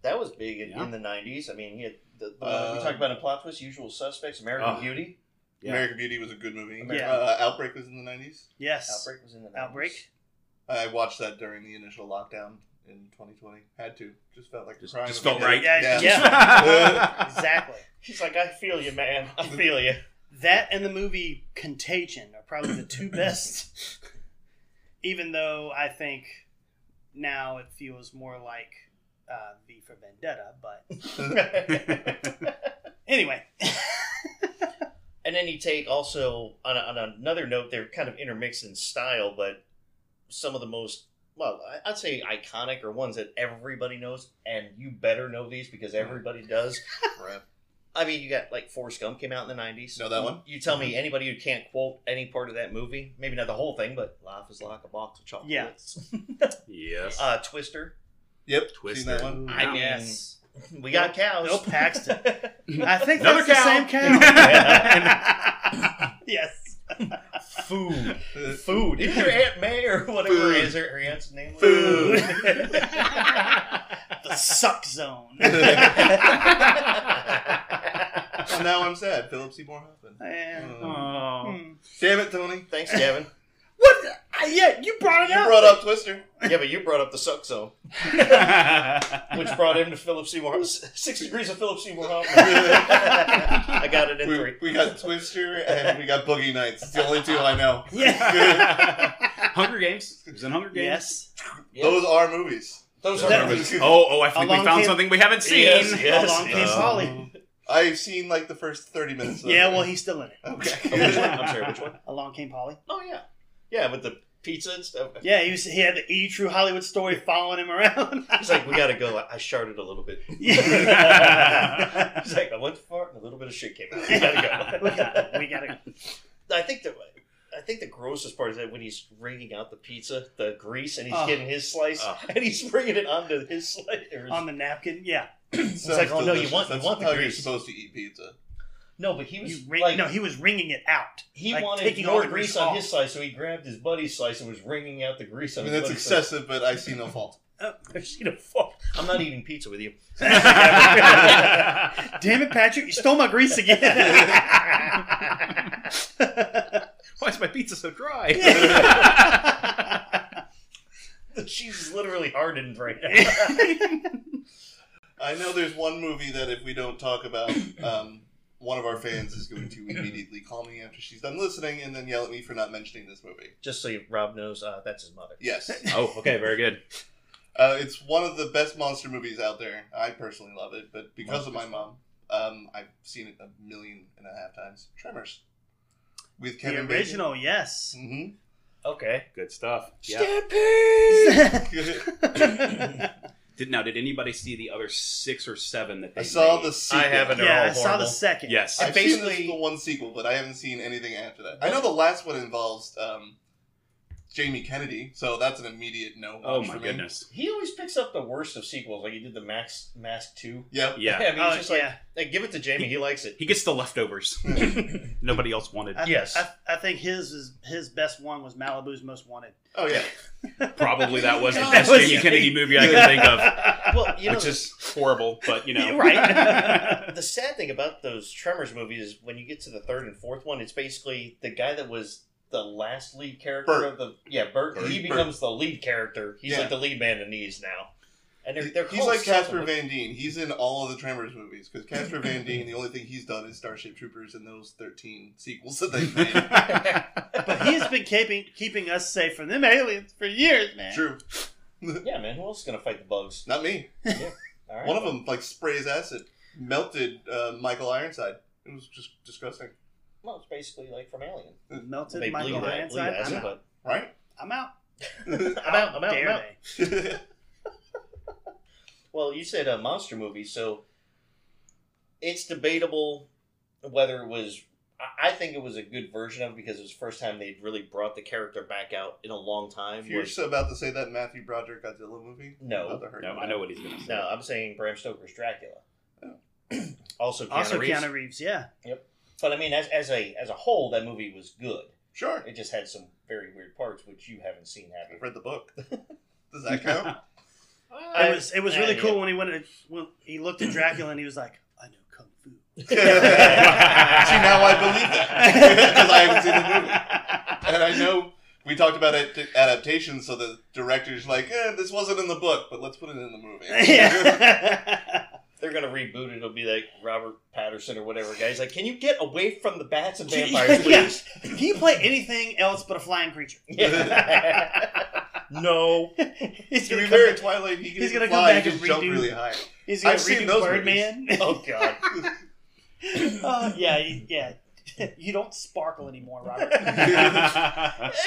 that was big in, Yeah. in the nineties. I mean, he had the, the one we Uh, talked about in plot twist, Usual Suspects, American Oh. Beauty. Yeah. American Beauty was a good movie. Yeah. Uh, Outbreak was in the 90s. yes. Outbreak was in the 90s. Outbreak. I watched that during the initial lockdown. in 2020. Had to. Just felt like Just- crime. just if felt I did. right. Yeah, Yeah. exactly. He's like, I feel you, man. I feel you. That and the movie Contagion are probably the two best. Even though I think now it feels more like uh, V for Vendetta, but anyway, and then you take also on, a, on another note, they're kind of intermixed in style, but some of the most well, I- I'd say iconic or ones that everybody knows, and you better know these because everybody does. Crap. I mean, you got like Forrest Gump came out in the '90s. Know that one? You tell me anybody who can't quote any part of that movie, maybe not the whole thing, but "Life is like a box of chocolates." yes. uh, Twister. Yep. Seen Twister. that one? I Wow. guess we got cows. Bill Paxton. I think Another that's the cow. same cow. yes. Food. Uh, Food. Is your Aunt May or whatever Food. is her, her aunt's name? was? Food. The suck zone. well, now I'm sad. Philip Seymour Hoffman. Eh, Um, Oh. hmm. damn it, Tony. Thanks, Gavin. What? I- Yeah, you brought it You up. brought up Twister. Yeah, but you brought up the suck zone, which brought him to Philip Seymour. Six degrees of Philip Seymour Hoffman. I got it in We, three. we got Twister and we got Boogie Nights. It's the only two I know. Yeah. Hunger Games. It was in Hunger Games. yes. Those are movies. Those That- are movies. Oh, oh! I think we Along found came- something we haven't seen. Yes, How yes. long came Uh, Polly? Um, I've seen like the first 30 minutes of Yeah, it. well, he's still in it. Which one? Okay. I'm sorry, which one? Along Came Polly. Oh, yeah. Yeah, with the pizza and stuff. Yeah, he was. He had the E True Hollywood story following him around. He's like, we gotta go. I, I sharted a little bit. Yeah. He's like, I went far and a little bit of shit came out. We gotta we gotta, we gotta go. go. I think the I think the grossest part is that when he's wringing out the pizza, the grease, and he's Oh. Um, getting his slice, Oh. and he's bringing it onto his slice. or his- on the napkin. Yeah, It's like, oh, no, you want- you want the how you're grease. supposed to eat pizza. no, but he you was ring, like, no, he was wringing it out. he like, wanted taking all more the grease grease on off. his slice, so he grabbed his buddy's slice and was wringing out the grease I on mean, his that's buddy's slice. excessive, but I see no fault. You know, fuck. I'm not eating pizza with you. Damn it, Patrick! You stole my grease again. Why is my pizza so dry? The cheese is literally hardened right now. I know there's one movie that if we don't talk about, um, one of our fans is going to immediately call me after she's done listening and then yell at me for not mentioning this movie. Just so you, Rob knows, uh, that's his mother. Yes. oh, okay, very good. Uh, it's one of the best monster movies out there. I personally love it, but because of my mom, um, I've seen it a million and a half times. Tremors. With the Kevin Mm-hmm. original, yes. Bacon. Okay. Good stuff. Yeah. Stampede! Mm-hmm. yeah, Did now? Did anybody see the other six or seven that they I saw made? the sequel. I haven't. They're all I saw the horrible. second. Yes. I've Basically- seen this, the one sequel, but I haven't seen anything after that. I know the last one involves um, Jamie Kennedy, so that's an immediate no. oh watch my for me. goodness. He always picks up the worst of sequels, like he did the Max Mask Two. Yep. I Yeah. mean, he's Oh, just like, yeah. like, give it to Jamie. He likes it. He gets the leftovers. Nobody else wanted. I, Yes. I, I think his is, his best one was Malibu's Most Wanted. Oh yeah. Probably that was the That best was- Jamie Kennedy movie I can think of, Well, you know, which is horrible. But you know, You're right. the sad thing about those Tremors movies is when you get to the third and fourth one, it's basically the guy that was the last lead character Bert. of the yeah Bert. Bert. He Bert. becomes the lead character. He's Yeah. like the lead man in these now, and they're, they're he's called like Casper something. Van Dien. He's in all of the Tremors movies because Casper Van Dien, the only thing he's done is Starship Troopers and those thirteen sequels that they made. but he has been keeping keeping us safe from them aliens for years, man. True. Yeah, man. Who else is gonna fight the bugs? Not me. All right, One of well, them like sprays acid, melted uh, Michael Ironside. It was just disgusting, Well, it's basically like from Alien. Melted They Michael bleed that- bleed Ironside. I'm acid, out. but right? I'm out. I'm out. I'm out. I'm Dare out. they? Well, you said a monster movie, so it's debatable whether it was. I- I think it was a good version of it because it was the first time they'd really brought the character back out in a long time. if you're was- just about to say that Matthew Broderick Godzilla movie, No. about to hurt no, you. I know what he's gonna say. no, I'm saying Bram Stoker's Dracula. also, Keanu Also, Reeves. Keanu Reeves. Yeah. But I mean, as, as a as a whole, that movie was good. Sure. It just had some very weird parts, which you haven't seen, have I've you? read the book. Does that count? It was it was really I- cool when he went when he looked at Dracula and he was like, I know kung fu. See, now I believe that because I haven't seen the movie, and I know We talked about it adaptation, so the director's like, eh, "This wasn't in the book, but let's put it in the movie." Yeah. They're gonna reboot it. It'll be like Robert Patterson or whatever. Guys, like, can you get away from the bats and vampires, Yeah. please? Can you play anything else but a flying creature? no. He's to gonna be come fair, back- Twilight, he can he's gonna fly, come back he just and jump redo- really high. he's gonna I've seen redo those Birdman. Oh god. Uh, yeah, he- yeah. You don't sparkle anymore, Robert.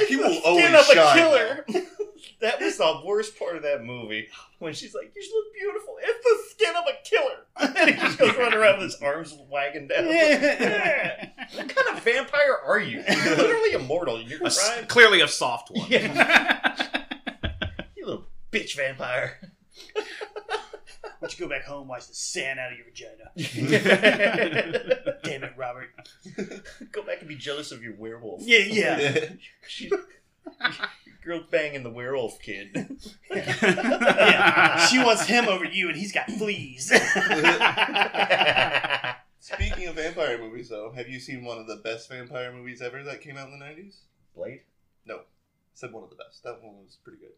He will Stand always up a shine, killer. that was the worst part of that movie when she's like, "You look beautiful. It's the skin of a killer." And he just goes running around with his arms wagging down. Yeah. What kind of vampire are you? You're literally immortal. You're A s- crying. clearly a soft one. You little bitch vampire. Why don't you go back home, wash the sand out of your vagina? Damn it, Robert. Go back and be jealous of your werewolf. Yeah, yeah. She, girl banging the werewolf kid. yeah. She wants him over you, and he's got fleas. Speaking of vampire movies, though, have you seen one of the best vampire movies ever that came out in the nineties? Blade. No, I said one of the best. That one was pretty good.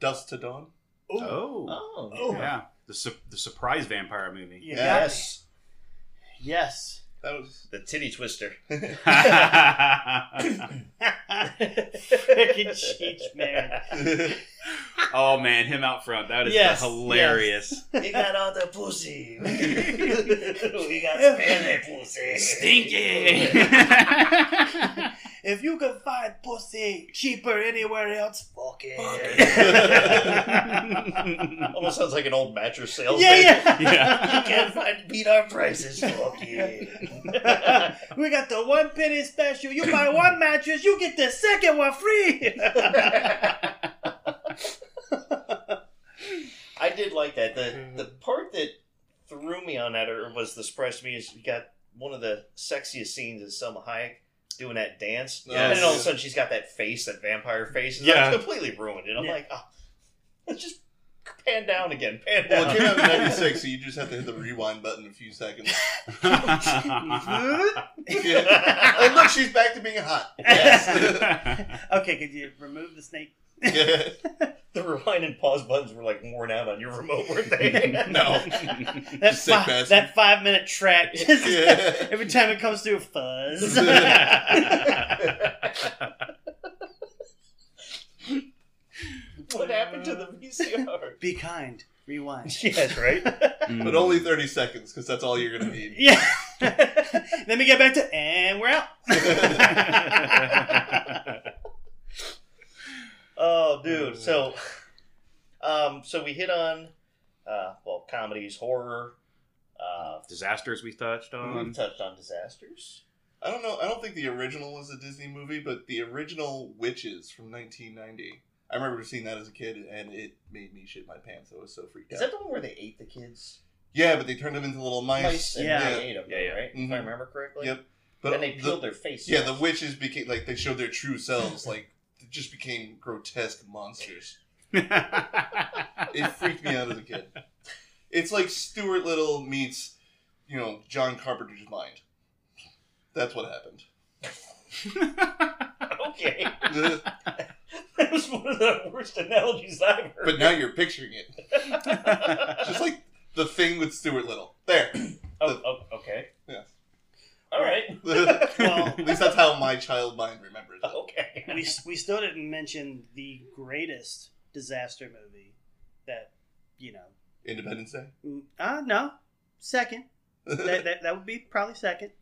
Dust to Dawn. Ooh. oh. Oh. Oh. Yeah. The, su- the surprise vampire movie. You got it. Yes. Yes. That was The titty twister. Frickin' Cheech, man. oh man, him out front. That is Yes, hilarious. We got all the pussy. we got Spanish pussy. Stinky. If you can find pussy cheaper anywhere else, fuck it. Almost sounds like an old mattress salesman. Yeah, yeah. Yeah. You can't find beat our prices. Fuck yeah. We got the one penny special. You buy one mattress, you get the second one free. I did like that. The the part that threw me on that or was the surprise to me is you got one of the sexiest scenes is Selma Hayek doing that dance. Yes. And then all of a sudden she's got that face, that vampire face. And Yeah. yeah. completely ruined it. I'm Yeah. like, oh, let's just pan down again. Pan down. well, it came out in '96, so you just have to hit the rewind button a few seconds. Yeah. And look, she's back to being hot. Yes. okay, could you remove the snake? Yeah. the rewind and pause buttons were like worn out on your remote, weren't they? No. That, sick fi- bastard. that five minute track. just- Yeah. Every time it comes through, fuzz. what happened to the VCR? Be kind. Rewind. yes, right? But only 30 seconds, because that's all you're going to need. Yeah. Let me get back to and we're out. Oh, dude. So, um, so we hit on, uh, well, comedies, horror. Uh, Disasters we touched Mm-hmm. we've on. touched on disasters. I don't know. I don't think the original was a Disney movie, but the original Witches from 1990. I remember seeing that as a kid, and it made me shit my pants. I was so freaked Is that out. the one where they ate the kids? Yeah, but they turned them into little mice. Mice and yeah. they ate them, Yeah, yeah. right? If I Mhm. remember correctly. Yep. But and they the- peeled their faces. yeah, the witches became like they showed their true selves. Like they just became grotesque monsters. Mm-hmm. It freaked me out as a kid. It's like Stuart Little meets, you know, John Carpenter's mind. That's what happened. okay. Ugh. that was one of the worst analogies I've heard. but now you're picturing it, just like the thing with Stuart Little. There. Oh, oh, okay. Yeah. All right. At Well, least that's how my child mind remembers Oh. it. Okay. we, we still didn't mention the greatest disaster movie that, you know. Independence Day. Uh, no. Second. That, that, that would be probably second.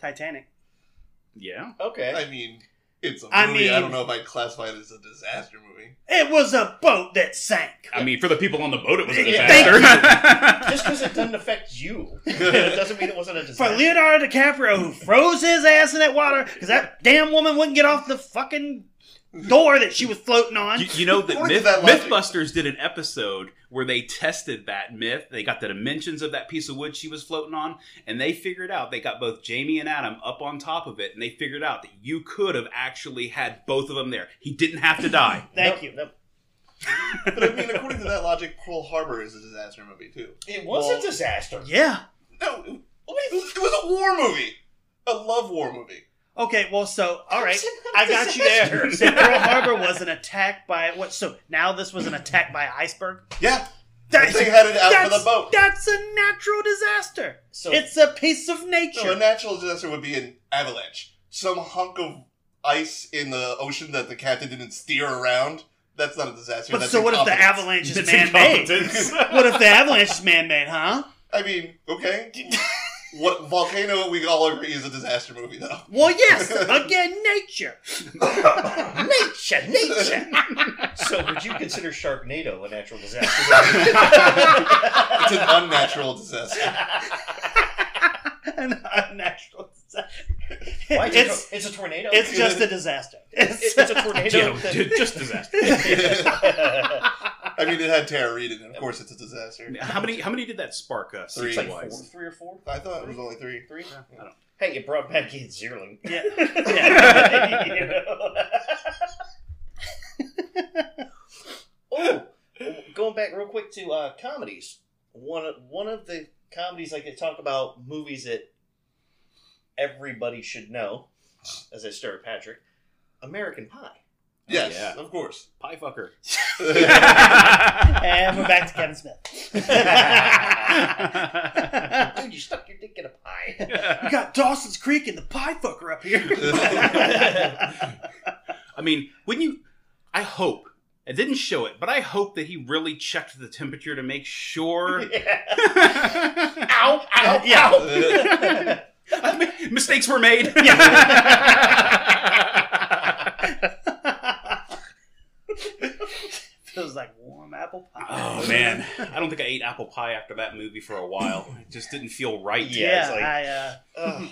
Titanic. yeah. Okay. I mean, it's a movie. I I, mean- don't know if I'd classify it as a disaster movie. It was a boat that sank. I mean, for the people on the boat, it was a Yeah. disaster. Just because it doesn't affect you, it doesn't mean it wasn't a For disaster. Leonardo DiCaprio, who froze his ass in that water because that damn woman wouldn't get off the fucking door that she was floating on. You, you know that, According to Myth, that logic. MythBusters did an episode where they tested that myth. They got the dimensions of that piece of wood she was floating on, and they figured out they got both Jamie and Adam up on top of it, and they figured out that you could have actually had both of them there. He didn't have to die. Thank Nope, you. nope. But I mean, according to that logic, Pearl Harbor is a disaster movie too. It was Well- a disaster. Yeah. No, it, it was a war movie. I love war movie. Okay, well, so all right, It's not I a got you disaster. there. So Pearl Harbor was an attack by what? So now this was an attack by iceberg. Yeah, That's they headed out for the that's- boat. That's a natural disaster. So it's a piece of nature. So a natural disaster would be an avalanche, some hunk of ice in the ocean that the captain didn't steer around. That's not a disaster. but that's so what if the incompetence. avalanche is It's man-made? incompetence. What if the avalanche is man-made? Huh? I mean, okay. what volcano? We all agree is a disaster movie, though. Well, yes. Again, nature. nature, nature. so would you consider Sharknado a natural disaster? It's an unnatural disaster. An unnatural disaster. Why is it- It's it's, a tornado. it's just a disaster. It- it's a tornado. Yeah, that- dude, just disaster. I mean, it had Tara Reid in it. Of course, it's a disaster. How many? How many did that spark uh, us? Three. It's like four, wise? three or four, I thought it was only three. three. I don't- Hey, you brought back in Zierling. Yeah. Yeah. You know? oh, going back real quick to uh, comedies. One of, one of the comedies like they talk about movies that everybody should know, as I stare at Patrick, American Pie. Yes, Yeah. of course. Pie fucker. And we're back to Kevin Smith. Dude, you stuck your dick in a pie. We got Dawson's Creek and the pie fucker up here. I mean, wouldn't you? I hope. It didn't show it, but I hope that he really checked the temperature to make sure. Yeah. I Ow! Ow! Yeah. Ow! mean, mistakes were made. Feels like warm apple pie. Oh man, I don't think I ate apple pie after that movie for a while. It just didn't feel right. Yeah. Yeah, it's like- I, uh, Ugh.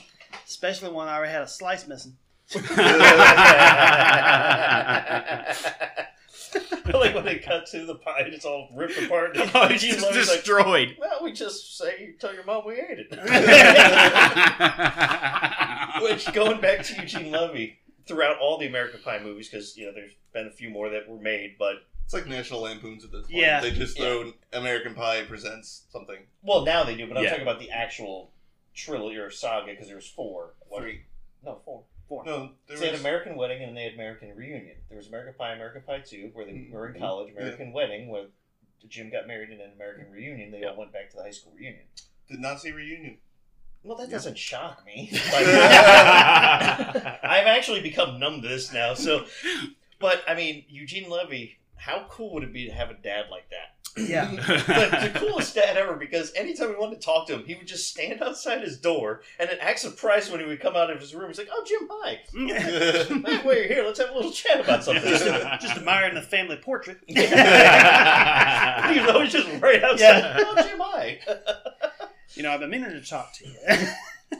especially when I already had a slice missing. I like when they cut to the pie, it's all ripped apart. And Oh, it's Eugene just Levy's like, destroyed. well, we just say, tell your mom we ate it. Which Which, going back to Eugene Levy, throughout all the American Pie movies, because, you know, there's been a few more that were made, but, It's like National Lampoons at this point. Yeah. They just throw American Pie presents something. well, now they do, but I'm Yeah. talking about the actual trilogy or saga, because there was four. What- Three. No, four. Four. No, there they had was- American Wedding and they had American Reunion. There was American Pie, American Pie Two, where they were in Mhm. college. American Wedding, where Jim got married, and then American Reunion, they all went back to the high school reunion. did not see reunion. Well, that Yeah. doesn't shock me. Yeah. I've actually become numb to this now. So, but I mean, Eugene Levy, how cool would it be to have a dad like that? Yeah. The, the coolest dad ever, because anytime we wanted to talk to him, he would just stand outside his door and then act surprised when he would come out of his room. He's like, "Oh, Jim, hi. yeah, Hey, while you're here, let's have a little chat about something." just, just admiring the family portrait. you know, it's just right outside. Yeah. Oh, Jim, hi. You know, I've been meaning to talk to you.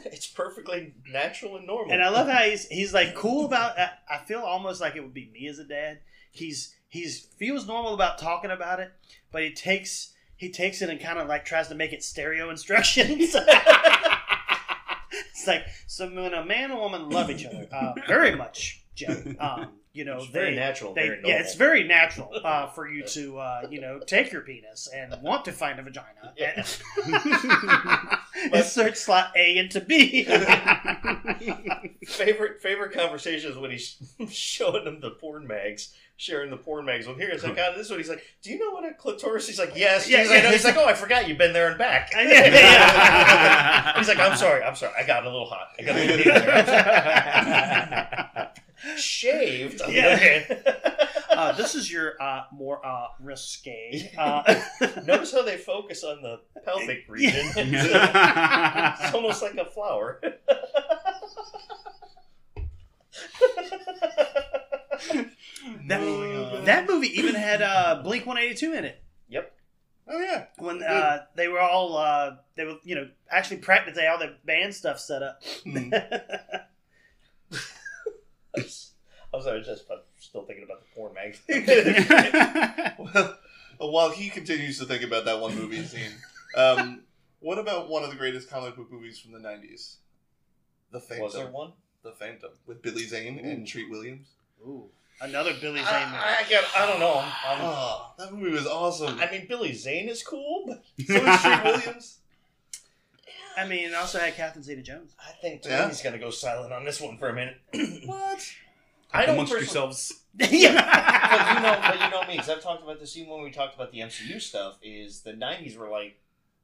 It's perfectly natural and normal. And I love how he's he's like cool about. I I feel almost like it would be me as a dad. He's he's feels normal about talking about it, but he takes he takes it and kind of like tries to make it stereo instructions. it's like so when a man and woman love each other uh, very much, Jim. Um, you know it's they. very natural, they- very normal. yeah, it's very natural uh, for you to, uh, you know, take your penis and want to find a vagina. Yeah. and search slot A into B. favorite favorite conversation is when he's showing them the porn mags, sharing the porn mags with here. It's like, God, this one. He's like, Do you know what a clitoris? He's like, Yes. Yeah, he's, like, yeah. he's like, Oh, I forgot you've been there and back. Yeah, yeah, he's like, I'm sorry, I'm sorry, I got a little hot. I got a little heat there. Shaved. on the Yeah. other hand. uh, this is your uh, more uh, risque. Uh, Notice how they focus on the pelvic region. It's almost like a flower. that, Oh, yeah. that movie even had uh, Blink One Eighty Two in it oh yeah. when uh, they were all uh, they were you know actually practicing all their band stuff set up. Hmm. I'm sorry, just I'm still thinking about the porn mag. Well, while he continues to think about that one movie scene, um, what about one of the greatest comic book movies from the '90s? The Phantom. Was there one? The Phantom with Billy Zane and Treat Williams. Ooh, another Billy Zane movie. I, I, got- I don't know. I'm, I'm- Oh, that movie was awesome. I mean, Billy Zane is cool, but So is Treat Williams. I mean, it also had Catherine Zeta-Jones. I think Yeah. Tony's gonna go silent on this one for a minute. What? I don't amongst personally- yourselves. but you yeah. know, but you know me because I've talked about this even when we talked about the MCU stuff. Is the '90s were like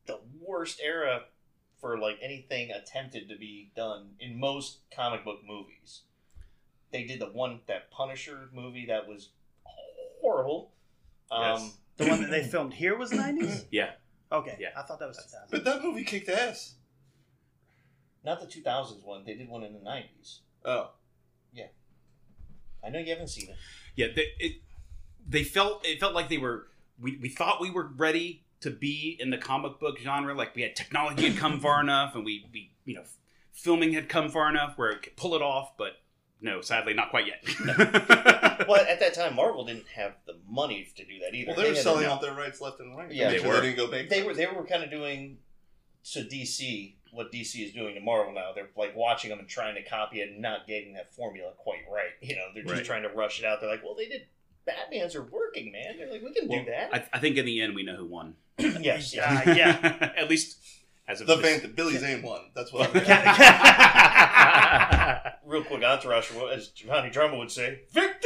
the worst era for like anything attempted to be done in most comic book movies. They did the one that Punisher movie that was horrible. Um, Yes. The one that they filmed here was 90s? Yeah. Okay. Yeah. I thought that was 2000. But that movie kicked ass. Not the 2000s one. They did one in the 90s. Oh. I know you haven't seen it. Yeah, they, it they felt it felt like they were we, we thought we were ready to be in the comic book genre, like we had technology had come far enough and we, we you know filming had come far enough where it could pull it off, but no, sadly not quite yet. Well, at that time, Marvel didn't have the money to do that either. Well, they were had selling to- out their rights left and right. Yeah. They So were. They didn't go bankrupt. they were they were kind of doing to DC what DC is doing to Marvel now. They're like watching them and trying to copy it and not getting that formula quite right. You know, they're just Right. trying to rush it out. They're like, well, they did. Batman's are working, man. They're like, we can Well, do that. I, I think in the end we know who won. yes, yes. Uh, yeah. at least as of The this- band, Billy Zane won. That's what. I'm Real quick, Entourage, as Johnny Drama would say, victory.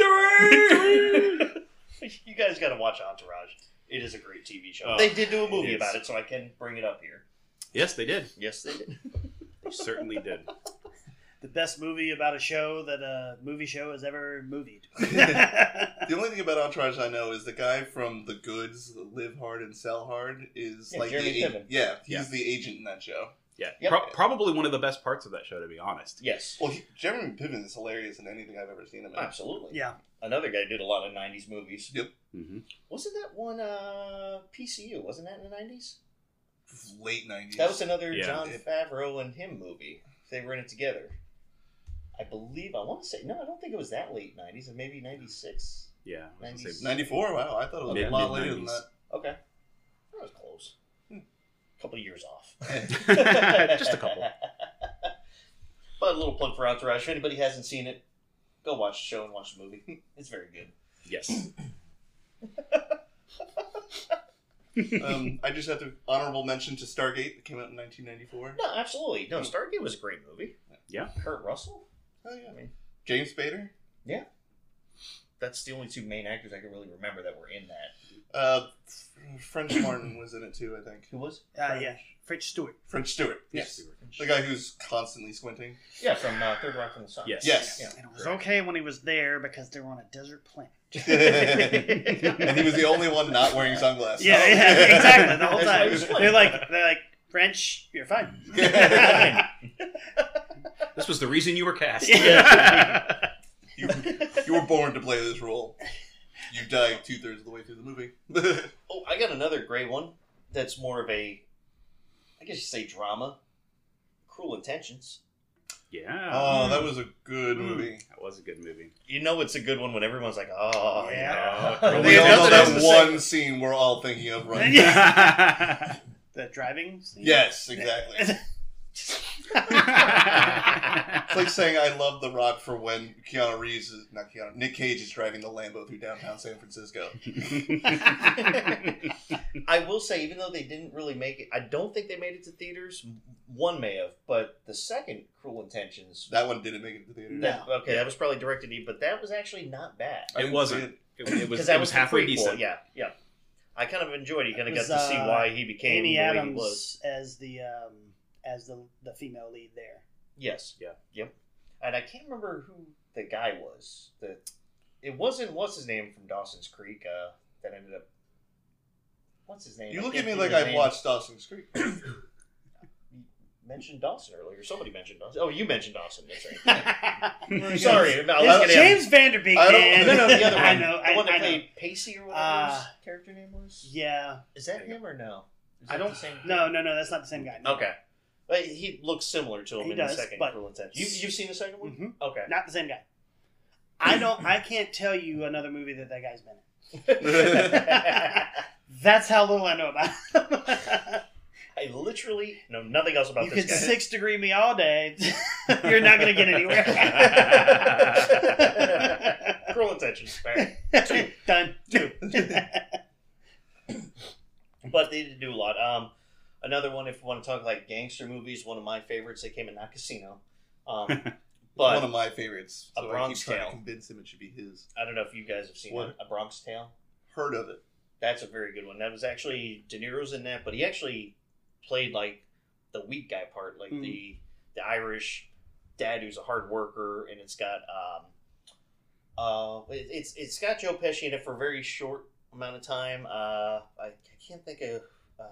you guys got to watch Entourage. It is a great TV show. Uh, Oh, they did do a movie it is. about it, so I can bring it up here. yes, they did. Yes, they did. They certainly did. the best movie about a show that a movie show has ever movied. The only thing about Entourage I know is the guy from The Goods, Live Hard and Sell Hard, is Yeah, like Jeremy the Piven. agent. Yeah, he's Yeah. the agent in that show. Yeah, Yep. Pro- probably one of the best parts of that show, to be honest. Yes, Well, he, Jeremy Piven is hilarious in anything I've ever seen him in. absolutely. uh, yeah. Another guy did a lot of '90s movies. hmm Wasn't that one uh, PCU? Wasn't that in the nineties? Late nineties. That was another Yeah. John Favreau and him movie. They were in it together. I believe. I want to say no. I don't think it was that late nineties. and Maybe ninety six. Yeah. I was gonna say- ninety four. Wow, I thought it was Mid- a lot later than mid-nineties. that. Okay, that was close. A couple of years off. Just a couple. but a little plug for Entourage. If anybody hasn't seen it, go watch the show and watch the movie. It's very good. Yes. um, I just have to honorable mention to Stargate that came out in nineteen ninety four. No, absolutely. No, Stargate was a great movie. Yeah. Kurt Russell. Oh yeah, I mean, James Spader. that's the only two main actors I can really remember that were in that. Uh, French Martin was in it too, I think. Who was? Uh, yeah. French Stewart. French Stewart. Yes, the guy who's constantly squinting. Yeah, from uh, Third Rock from the Sun. Yes. Yes. Yeah. And it was okay when he was there because they were on a desert planet. and he was the only one not wearing sunglasses. Yeah, yeah, exactly. The whole That's why time. he was funny. They're like, they're like, French, you're fine. Oh, This was the reason you were cast. Yeah. you, you were born to play this role. You die two thirds of the way through the movie. Oh, I got another great one. That's more of a, I guess you say drama. Cruel Intentions. yeah. oh, that was a good movie. That was a good movie. You know it's a good one when everyone's like, oh Yeah. yeah. We all know That's that the same- one scene we're all thinking of right Yeah. now. The driving scene? Yes, exactly. It's like saying I love The Rock for when Keanu Reeves is not Keanu, Nick Cage is driving the Lambo through downtown San Francisco. I will say, even though they didn't really make it, I don't think they made it to theaters. One may have, but the second Cruel Intentions. That one didn't make it to the theater. No. okay, that was probably directed to you, but that was actually not bad. I didn't see wasn't. it. it, it was, Because it that was the halfway prequel, decent. Yeah, yeah. I kind of enjoyed it. Kind of got was, to see uh, why he became Amy the way he Adams was. as the um, as the the female lead there. Yes. Yeah. Yep. And I can't remember who the guy was. The it wasn't what's his name from Dawson's Creek. Uh, that ended up. What's his name? You I look at can't me think like of his I've name. watched Dawson's Creek. You mentioned Dawson earlier. Somebody mentioned Dawson. Oh, you mentioned Dawson. That's right. Yes. Sorry, I was It's gonna. James Vanderbeek. I don't- man. No, no, the other one. I know. the I, one that I know. played Pacey or whatever his Uh, character name was. Yeah. Is that him or no? Is I that don't- the same. No, no, no. That's not the same guy. No. Okay. But he looks similar to him He in does, the second but- Cruel Intentions. You, you've seen the second one? Mhm. Okay. Not the same guy. I don't. I can't tell you another movie that that guy's been in. That's how little I know about. Him. I literally know nothing else about you this could guy. six degree me all day. You're not gonna get anywhere. Cruel intentions, man. Done. Two. but they did do a lot. Um, another one, if you want to talk like gangster movies. One of my favorites that came in not Casino, um, one but of my favorites. A so Bronx I keep trying Tale. to convince him it should be his. I don't know if you guys have seen What? it, A Bronx Tale. Heard of it? That's a very good one. That was actually De Niro's in that, but he actually played like the weak guy part, like Mhm. the the Irish dad who's a hard worker, and it's got um uh it- it's it's got Joe Pesci in it for a very short amount of time. Uh, I, I can't think of uh,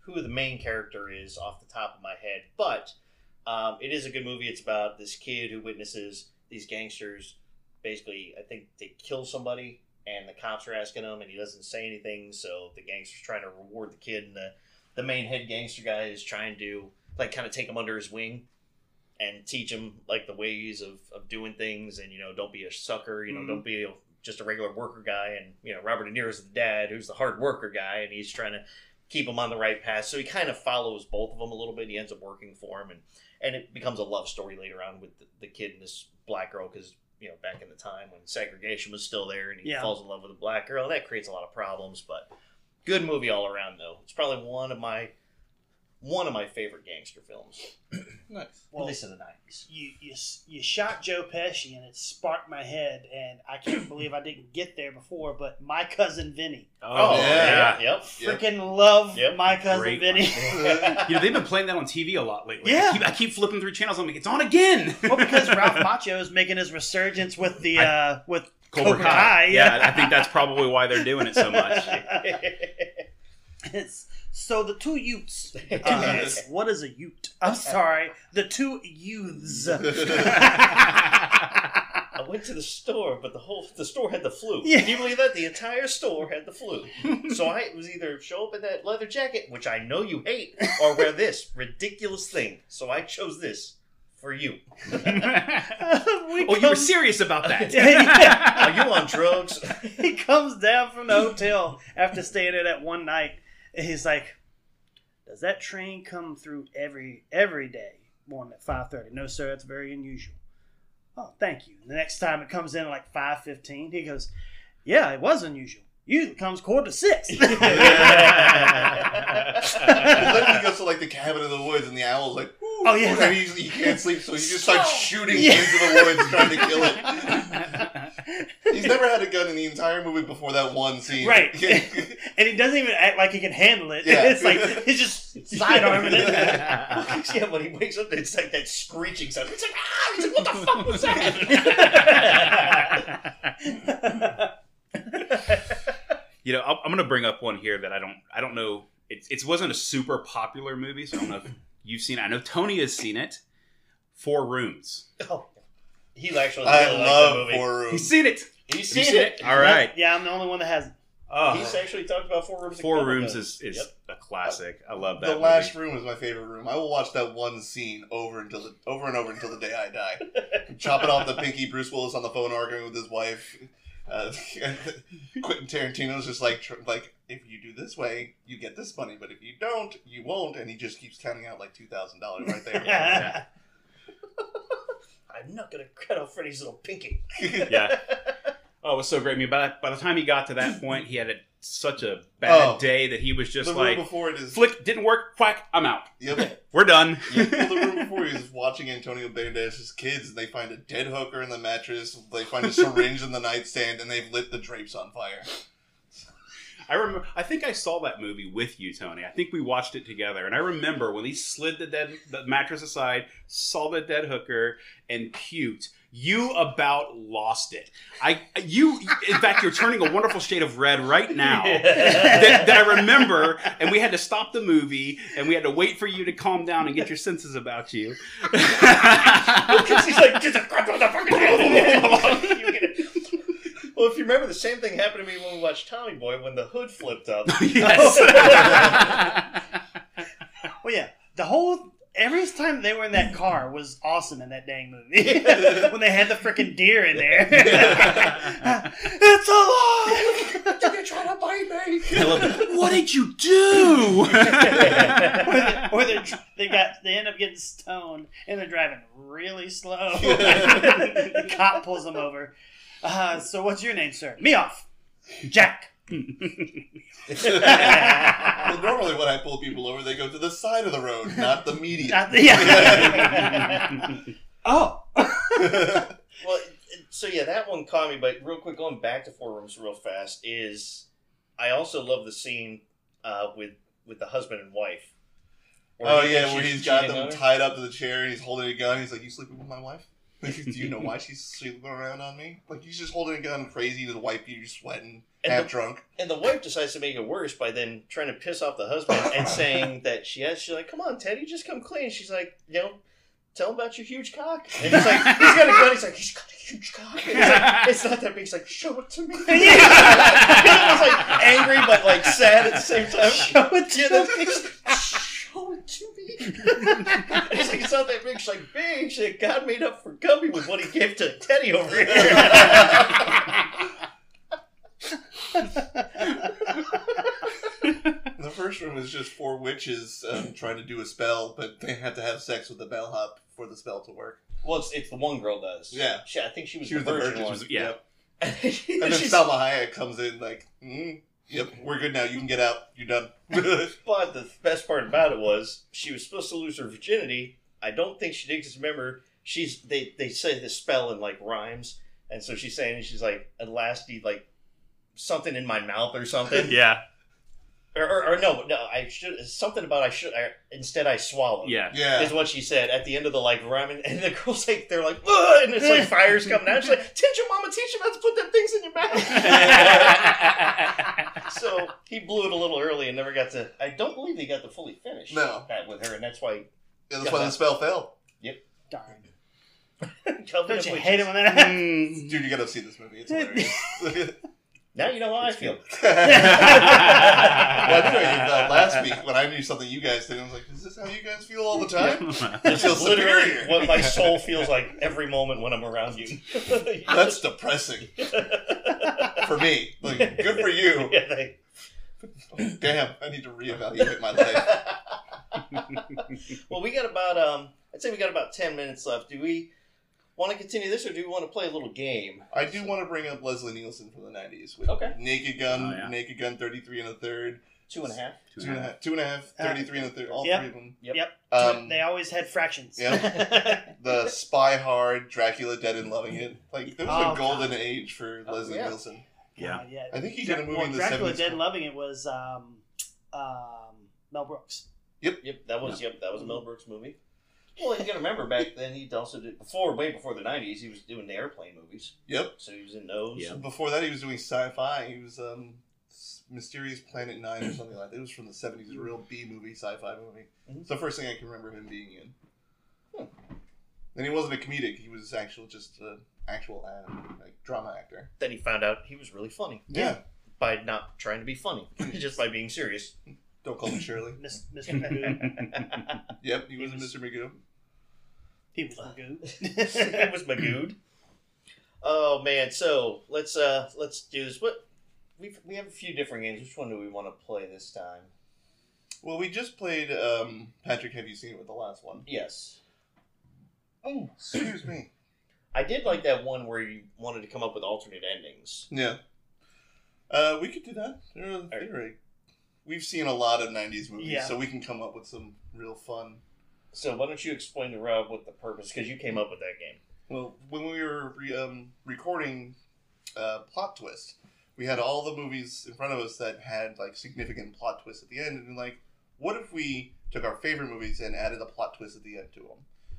who the main character is off the top of my head, but um, it is a good movie. It's about this kid who witnesses these gangsters. Basically, I think they kill somebody and the cops are asking him, and he doesn't say anything. So the gangster's trying to reward the kid, and the, the main head gangster guy is trying to like kind of take him under his wing and teach him like the ways of, of doing things, and you know, don't be a sucker, you know, Mhm. don't be a, just a regular worker guy. And you know, Robert De Niro's the dad, who's the hard worker guy, and he's trying to keep him on the right path. So he kind of follows both of them a little bit. He ends up working for him, and and it becomes a love story later on with the, the kid and this black girl because you know back in the time when segregation was still there and he Yeah. falls in love with a black girl and that creates a lot of problems but good movie all around though it's probably one of my one of my favorite gangster films Nice. at Well, least in the 90s you, you s- you shot Joe Pesci, and it sparked my head, and I can't believe I didn't get there before. But my cousin Vinny, Oh, yeah. yep Yep. freaking love Yep. my cousin Great Vinny. You know, they've been playing that on TV a lot lately. Yeah. I keep, I keep flipping through channels. I'm like, it's on again. well, because Ralph Macchio is making his resurgence with the I- uh, with Cobra Cobra Kai. Kai, yeah. Yeah, I think that's probably why they're doing it so much. It's- so the two youths. Uh, youths. what is a ute? I'm sorry, the two youths. i went to the store but the whole the store had the flu Yeah. can you believe that the entire store had the flu so i was either show up in that leather jacket which i know you hate or wear this ridiculous thing so i chose this for you We oh, you were come- serious about that. Yeah. Are you on drugs? he comes down from the hotel after staying there that one night, and he's like, "Does that train come through every every day morning at 5.30? No, sir, that's very unusual. Oh, thank you. The next time it comes in at like five fifteen, he goes, "Yeah, it was unusual. Usually comes quarter to six. And then he goes to like the cabin in the woods, and the owl's like, "Ooh," Oh, yeah. and he's, he can't sleep, so he just starts shooting Yeah. into the woods trying to kill it. He's never had a gun in the entire movie before that one scene, Right. and he doesn't even act like he can handle it. Yeah. it's like he's just sidearming it. yeah, when he wakes up, it's like that screeching sound. It's like, ah! He's like, what the fuck was that? you know, I'm, I'm going to bring up one here that I don't, I don't know. It, it wasn't a super popular movie, so I don't know if you've seen it. I know Tony has seen it. Four Rooms. oh, he actually I really love likes that movie. horror. He's seen it. He's Have you seen, seen it. it? All right. Yeah, I'm the only one that has. Oh. He's actually talked about Four Rooms. and Four Cobra Rooms Kai. is, is Yep. a classic. I love that. the movie. last room is my favorite room. I will watch that one scene over until the, over and over until the day I die. Chopping off the pinky, Bruce Willis on the phone arguing with his wife. Uh, Quentin Tarantino's just like tr- like if you do this way, you get this money, but if you don't, you won't. And he just keeps counting out like two thousand dollars right there. I'm not going to cut off Freddy's little pinky. yeah. Oh, it was so great. I mean, by, by the time he got to that point, he had a, such a bad Oh. day that he was just the like, room before it is flick, didn't work, quack, I'm out. Yep. We're done. well, the room before is watching Antonio Banderas' kids, and they find a dead hooker in the mattress. They find a syringe in the nightstand, and they've lit the drapes on fire. I remember. I think I saw that movie with you, Tony. I think we watched it together, and I remember when he slid the dead the mattress aside, saw the dead hooker, and puked. You about lost it. I you. In fact, you're turning a wonderful shade of red right now. that, that I remember, and we had to stop the movie, and we had to wait for you to calm down and get your senses about you. Because he's like, just a crap on the fucking head. You get it. Well, if you remember, the same thing happened to me when we watched Tommy Boy when the hood flipped up. yes. Well, Oh, yeah, the whole every time they were in that car was awesome in that dang movie. when they had the freaking deer in there, it's alive. Oh, You're trying to bite me. I love it. What did you do? or they, or they, they got they end up getting stoned and they're driving really slow. the cop pulls them over. Uh, so what's your name, sir? Me off, Jack. well, normally when I pull people over, they go to the side of the road, not the median. Not the- Uh, yeah. oh, Well, so yeah, that one caught me. But real quick, going back to Four Rooms real fast is, I also love the scene uh, with with the husband and wife. Where oh he yeah, thinks where she's he's got cheating them on her. tied up to the chair and he's holding a gun. He's like, "You sleeping with my wife? Like, Do you know why she's sleeping around on me? Like he's just holding a gun, crazy to the white beater, sweating, And half the- drunk. and the wife decides to make it worse by then trying to piss off the husband and saying that she has. She's like, "Come on, Teddy, just come clean." She's like, "You know." Tell him about your huge cock. And he's like, he's got a gun. He's like, he's got a huge cock. And he's like, it's not that big. He's like, show it to me. I was like angry but like sad at the same time. Show it to me. Show it to me. He's like, it's not that big. She's like, big. She's like, God made up for Gumby with what he gave to Teddy over here. The first one was just four witches um, trying to do a spell, but they had to have sex with the bellhop for the spell to work. well, it's, it's the one girl does. Yeah. She, I think she was She the was the virgin virgin. one. was- yeah. Yep. and And then she's, Salma Hayek comes in like, mm, "Yep, we're good now. You can get out. You're done." but the best part about it was she was supposed to lose her virginity. I don't think she did because remember she's they they say the spell in like rhymes, and so she's saying she's like at last he like something in my mouth or something. yeah, or, or, or no, no, I should something about I should I, instead I swallowed. yeah. yeah. Is what she said at the end of the like rhyming, and the girls like they're like, Ugh! and it's like fires coming out. She's like, "Didn't your mama teach you how to put them things in your mouth?" so he blew it a little early and never got to. I don't believe they got to fully finish No. that with her, and that's why Yeah, that's why the spell fell. darn. Covenant Don't you Witches- hate it when that happens? Mm. Dude, you gotta see this movie. It's hilarious. Now you know how I feel. well, I knew I did that last week when I knew something you guys did. I was like, is this how you guys feel all the time? I This feel is literally superior. what my soul feels like every moment when I'm around you. That's depressing for me. Like, good for you. yeah, they, Damn, I need to reevaluate my life. well, we got about um, I'd say we got about ten minutes left. Do we want to continue this, or do we want to play a little game? I do want to bring up Leslie Nielsen from the '90s with Okay. Naked Gun, Oh, yeah. Naked Gun, 33 and a third, Two and a half. two and a half, two and a half, Uh, 33 and a third, all yep. three of them. Yep. Yep. Um, they always had fractions. the Spy Hard, Dracula Dead and Loving It. Like there was Oh, a golden age for Oh, Leslie yeah. Nielsen. Yeah. God, yeah. I think he did a movie in the Dracula 70s. Dead Loving It was um, um, Mel Brooks. Yep, that was yep, that was a Mel Brooks movie. Well, you got to remember back then he also did before way before the '90s he was doing the airplane movies, Yep. so he was in those. Yeah. Before that, he was doing sci-fi. He was um, S- Mysterious Planet Nine or something like that. It was from the seventies, a real B movie, sci-fi movie. Mhm. It's the first thing I can remember him being in. Hmm. And he wasn't a comedic; he was actual, just an actual uh, like drama actor. Then he found out he was really funny Yeah. by not trying to be funny, just by being serious. Don't call me Shirley. Mis- Mr. Magoo. yep, he was, He was- a Mr. Magoo. he was Magoo. it was Magood. Oh man, so let's uh let's do this. What we we have a few different games. Which one do we want to play this time? Well, we just played um, Patrick. Have you seen it with the last one? Yes, Oh, excuse me. I did like that one where you wanted to come up with alternate endings. Yeah. Uh, we could do that. They're- they're a- We've seen a lot of 90s movies, Yeah. so we can come up with some real fun. So why don't you explain to Rob what the purpose? Because you came up with that game. Well, when we were re- um, recording uh, Plot Twist, we had all the movies in front of us that had like significant plot twists at the end, and we're like, what if we took our favorite movies and added a plot twist at the end to them?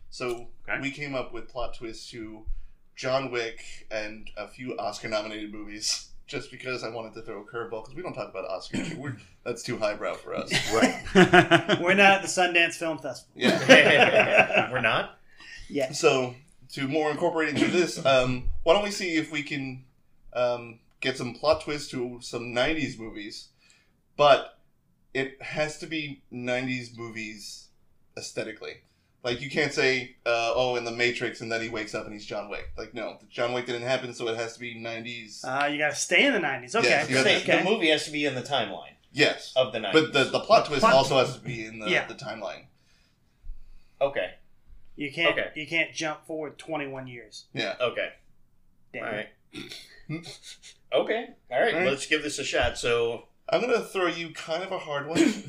So Okay. we came up with plot twists to John Wick and a few Oscar-nominated movies, just because I wanted to throw a curveball because we don't talk about Oscars. We're, that's too highbrow for us. Right. We're not at the Sundance Film Festival. Yeah. We're not. Yes. So to more incorporate into this, um, why don't we see if we can um, get some plot twists to some '90s movies, but it has to be '90s movies aesthetically. Like you can't say, uh, "Oh, in the Matrix," and then he wakes up and he's John Wick. Like no, John Wick didn't happen, so it has to be '90s. Uh, you got to stay in the 90s. Okay. Yes, you gotta- Say, okay. The movie has to be in the timeline yes, of the 90s. but the, the plot The twist plot- also has to be in the, uh, Yeah. the timeline. Okay, You can't Okay. you can't jump forward 21 years. Yeah, okay. Damn. All right. Okay. All right. All right. Let's give this a shot. So, I'm gonna throw you kind of a hard one, just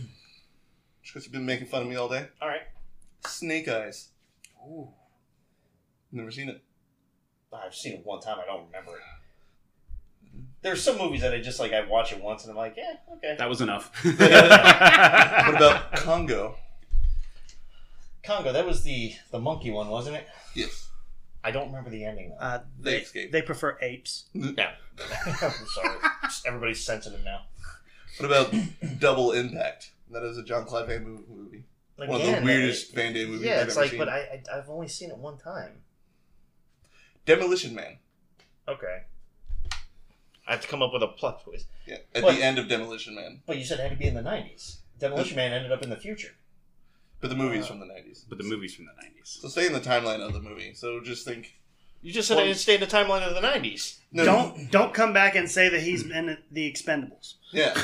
because you've been making fun of me all day. all right. Snake Eyes. Never seen it. I've seen it one time. I don't remember it. There's some movies that I just like. I watch it once and I'm like, yeah, okay. That was enough. What about Congo? Congo. That was the the monkey one, wasn't it? Yes, I don't remember the ending. Though. Uh, they they, escape. they prefer apes. I'm sorry. Just Everybody's sensitive now. What about Double Impact? That is a John Clive Van Damme movie. One of Again, the weirdest I- Van Damme movies yeah, I've it's ever like, seen. but I, I I've only seen it one time. Demolition Man. Okay. I have to come up with a plot twist. Yeah, at What? the end of Demolition Man, But you said it had to be in the '90s. Demolition Man ended up in the future. but the movie's Uh, from the '90s. but the movie's from the 90s. So stay in the timeline of the movie. So just think. You just said Well- I didn't stay in the timeline of the '90s. No, Don't don't come back and say that he's in the Expendables. Yeah.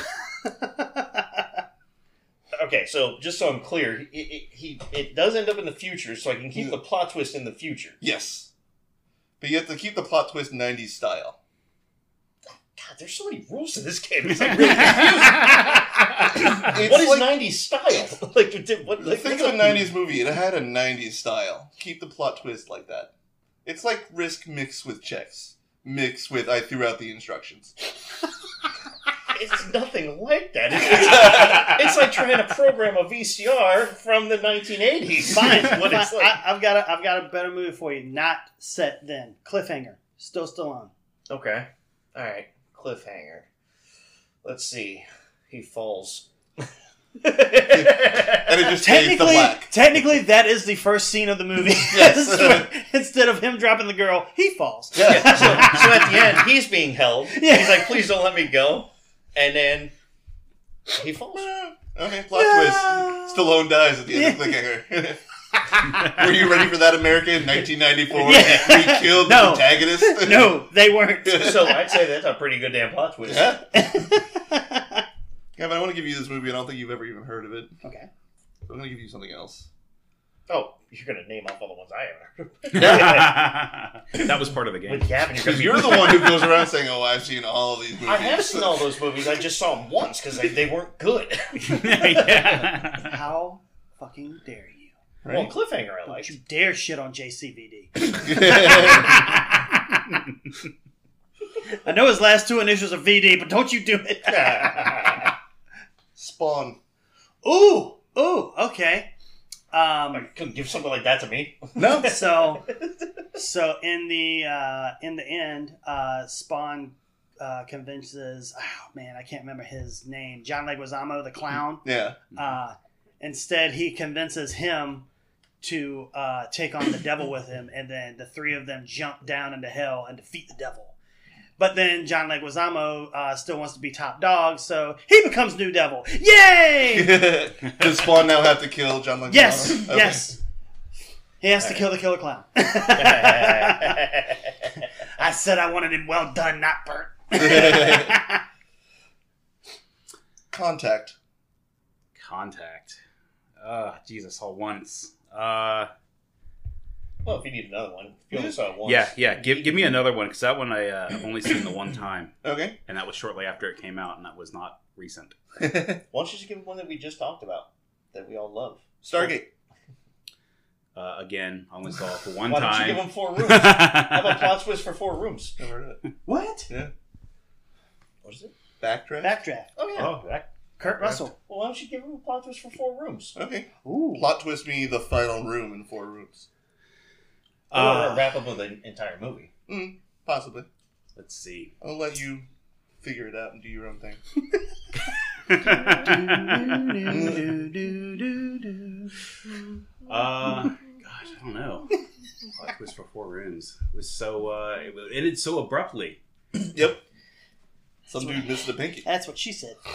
Okay, so just so I'm clear, it, it, he it does end up in the future, so I can keep Yeah. the plot twist in the future. Yes. But you have to keep the plot twist '90s style. God, there's so many rules to this game. It's like really confusing. It's what is like- '90s style? Like, did- what? Like, Think what's of a up- '90s movie. It had a '90s style. Keep the plot twist like that. It's like Risk mixed with checks, mixed with I threw out the instructions. It's nothing like that. It's, it's like trying to program a VCR from the 1980s. Fine, What it's fine. like. I, I've got a, I've got a better movie for you. Not set then. Cliffhanger. Still Stallone. Okay. All right. Cliffhanger. Let's see. He falls. And it just fades to Technically, black. technically, that is the first scene of the movie. Yes. Instead of him dropping the girl, he falls. Yeah, so, so at the end, he's being held. Yeah. He's like, please don't let me go. And then he falls. Okay, plot Yeah. twist. Stallone dies at the end of Cliffhanger. Were you ready for that, America? In 1994, Yeah. we killed No. the protagonist. no, they weren't. So I'd say that's a pretty good damn plot twist. Yeah. Yeah, but I want to give you this movie. I don't think you've ever even heard of it. Okay. I'm going to give you something else. Oh, you're going to name off all the ones I haven't heard of. that was part of the game. With Gavin, you're going Because to you're the one who goes around saying, "Oh, I've seen all of these movies." I have seen all those movies. I just saw them once because they, they weren't good. Yeah. How fucking dare you? Well, Right? Cliffhanger I Don't liked. you dare shit on JCVD. I know his last two initials are VD, but don't you do it. Spawn. Ooh, ooh, okay. Um, Like, couldn't give something like that to me. No. so, so in the uh, in the end, uh, Spawn uh, convinces. Oh man, I can't remember his name. John Leguizamo, the clown. Yeah. Uh, instead, he convinces him to uh, take on the devil with him, and then the three of them jump down into hell and defeat the devil. But then John Leguizamo uh, still wants to be top dog, so he becomes new devil. Yay! Does Spawn now have to kill John Leguizamo? yes, Okay. yes. He has to All kill the killer clown. I said I wanted him well done, not burnt. Contact. Contact. Uh, Jesus, all once. Uh, well, if you need another one, you only saw it once. yeah, yeah. Give, give me another one because that one I uh, I've only seen the one time, Okay. and that was shortly after it came out, and that was not recent. Why don't you just give me one that we just talked about that we all love? Stargate. Uh, again, I only saw it for Why one don't time. you give them four rooms? How about plot twist for four rooms? Never heard of it. What? What is it? Backdraft. Backdraft. Oh yeah. oh, that- Kurt Russell. Well, why don't you give them a plot twist for four rooms? okay. Ooh. Plot twist me the final room in four rooms. or Uh, wrap up with the entire movie. Mm, possibly. let's see. I'll let you figure it out and do your own thing. Uh, gosh, I don't know. Plot twist for four rooms. It was so. Uh, it was, ended so abruptly. Yep. Some dude missed the pinky. That's what she said.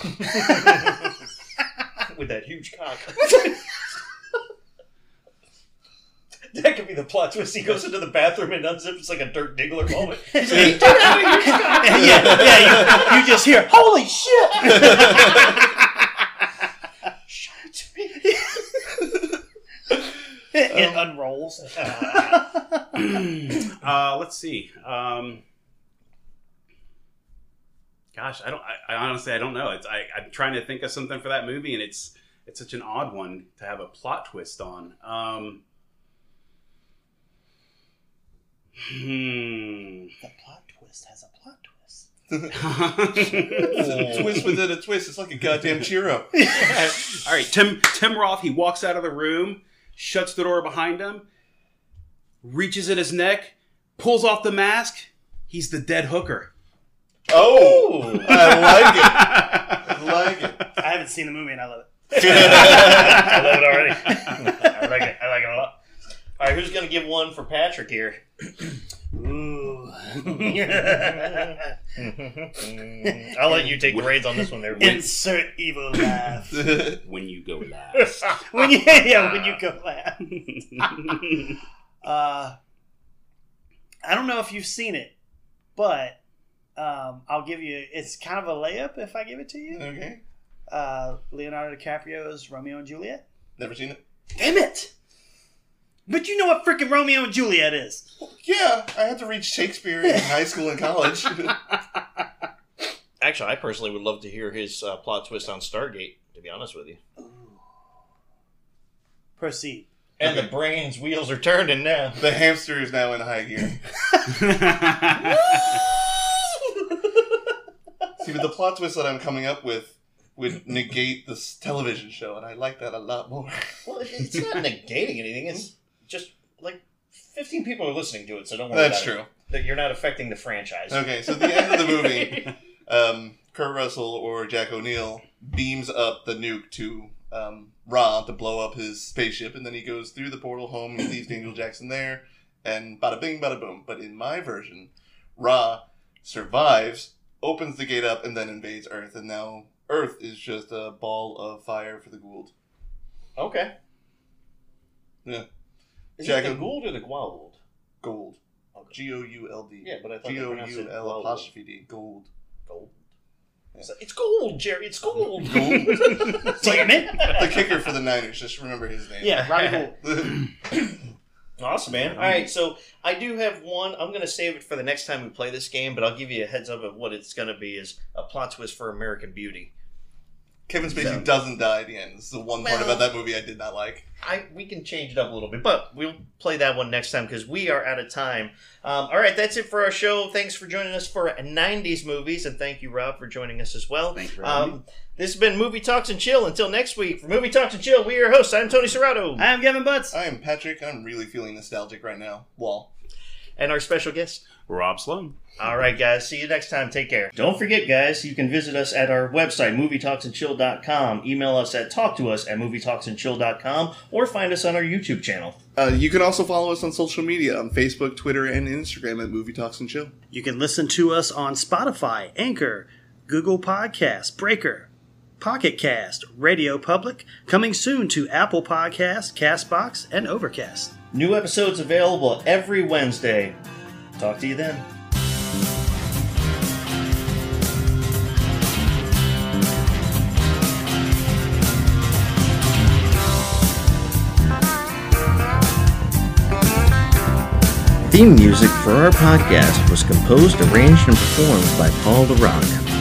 with that huge cock. that could be the plot twist. He goes into the bathroom and unzips. It's like a Dirk Diggler moment. He's like, "He took out a huge cock." yeah, yeah. You, you just hear, "Holy shit!" Show it to me. it Um, unrolls. Uh, uh, let's see. Um, gosh, I don't. I, I honestly, I don't know. It's I, I'm trying to think of something for that movie, and it's it's such an odd one to have a plot twist on. Um, hmm. The plot twist has a plot twist. It's a twist within a twist. It's like a goddamn Chiro. All right, Tim Tim Roth. He walks out of the room, shuts the door behind him, reaches in his neck, pulls off the mask. He's the dead hooker. Oh, I I like it. I like it. I haven't seen the movie and I love it. I love it already. I like it. I like it a lot. All right, who's gonna give one for Patrick here? Ooh. I'll let you take the reins on this one, there. Vince. Insert evil laugh. When you go last. when you yeah, when you go laugh. Uh, I don't know if you've seen it, but um, I'll give you. It's kind of a layup if I give it to you. okay, Uh, Leonardo DiCaprio's Romeo and Juliet. never seen it. Damn it! But you know what freaking Romeo and Juliet is. Yeah, I had to read Shakespeare in high school and college. Actually, I personally would love to hear his uh, plot twist on Stargate. To be honest with you, Proceed. and the brain's wheels are turning now. the hamster is now in high gear. See, but the plot twist that I'm coming up with would negate this television show, and I like that a lot more. Well, it- it's not negating anything. It's just like fifteen people are listening to it, so don't worry. That's about true. It. That you're not affecting the franchise. Okay, so at the end of the movie, um, Kurt Russell or Jack O'Neill beams up the nuke to um, Ra to blow up his spaceship, and then he goes through the portal home and leaves Daniel Jackson there, and bada bing, bada boom. But in my version, Ra survives, opens the gate up, and then invades Earth, and now Earth is just a ball of fire for the Gould. Okay. Yeah. Is it Jack um, the and- Gould or the Gwald? Gold. Okay. G O U L D. Yeah, but I thought G they O pronounced U it L Gold. apostrophe D. Gold. Gold. It's, it's gold, Jerry. It's gold. Gold. Damn it! the kicker for the Niners. Just remember his name. Yeah, Robbie Gould. Awesome, man. All right, so I do have one. I'm going to save it for the next time we play this game, but I'll give you a heads up of what it's going to be is a plot twist for American Beauty. Kevin Spacey So- doesn't die at the end. This is the one part Well- about that movie I did not like. I we can change it up a little bit, but we'll play that one next time because we are out of time. Um, all right, that's it for our show. Thanks for joining us for '90s movies, and thank you, Rob, for joining us as well. Thank you. Um, this has been Movie Talks and Chill. Until next week, for Movie Talks and Chill, we are your hosts. I'm Tony Serrato, I'm Gavin Butts. I am Patrick, and I'm really feeling nostalgic right now. Wall. and our special guest. Rob Sloan. All right, guys. See you next time. Take care. Don't forget, guys, you can visit us at our website, movietalksandchill.com. Email us at talktous at movietalksandchill.com or find us on our YouTube channel. Uh, you can also follow us on social media on Facebook, Twitter, and Instagram at Movie Talks and Chill. You can listen to us on Spotify, Anchor, Google Podcasts, Breaker, Pocket Cast, Radio Public, coming soon to Apple Podcasts, Castbox, and Overcast. New episodes available every Wednesday. Talk to you then. Theme music for our podcast was composed, arranged, and performed by Paul DeRock.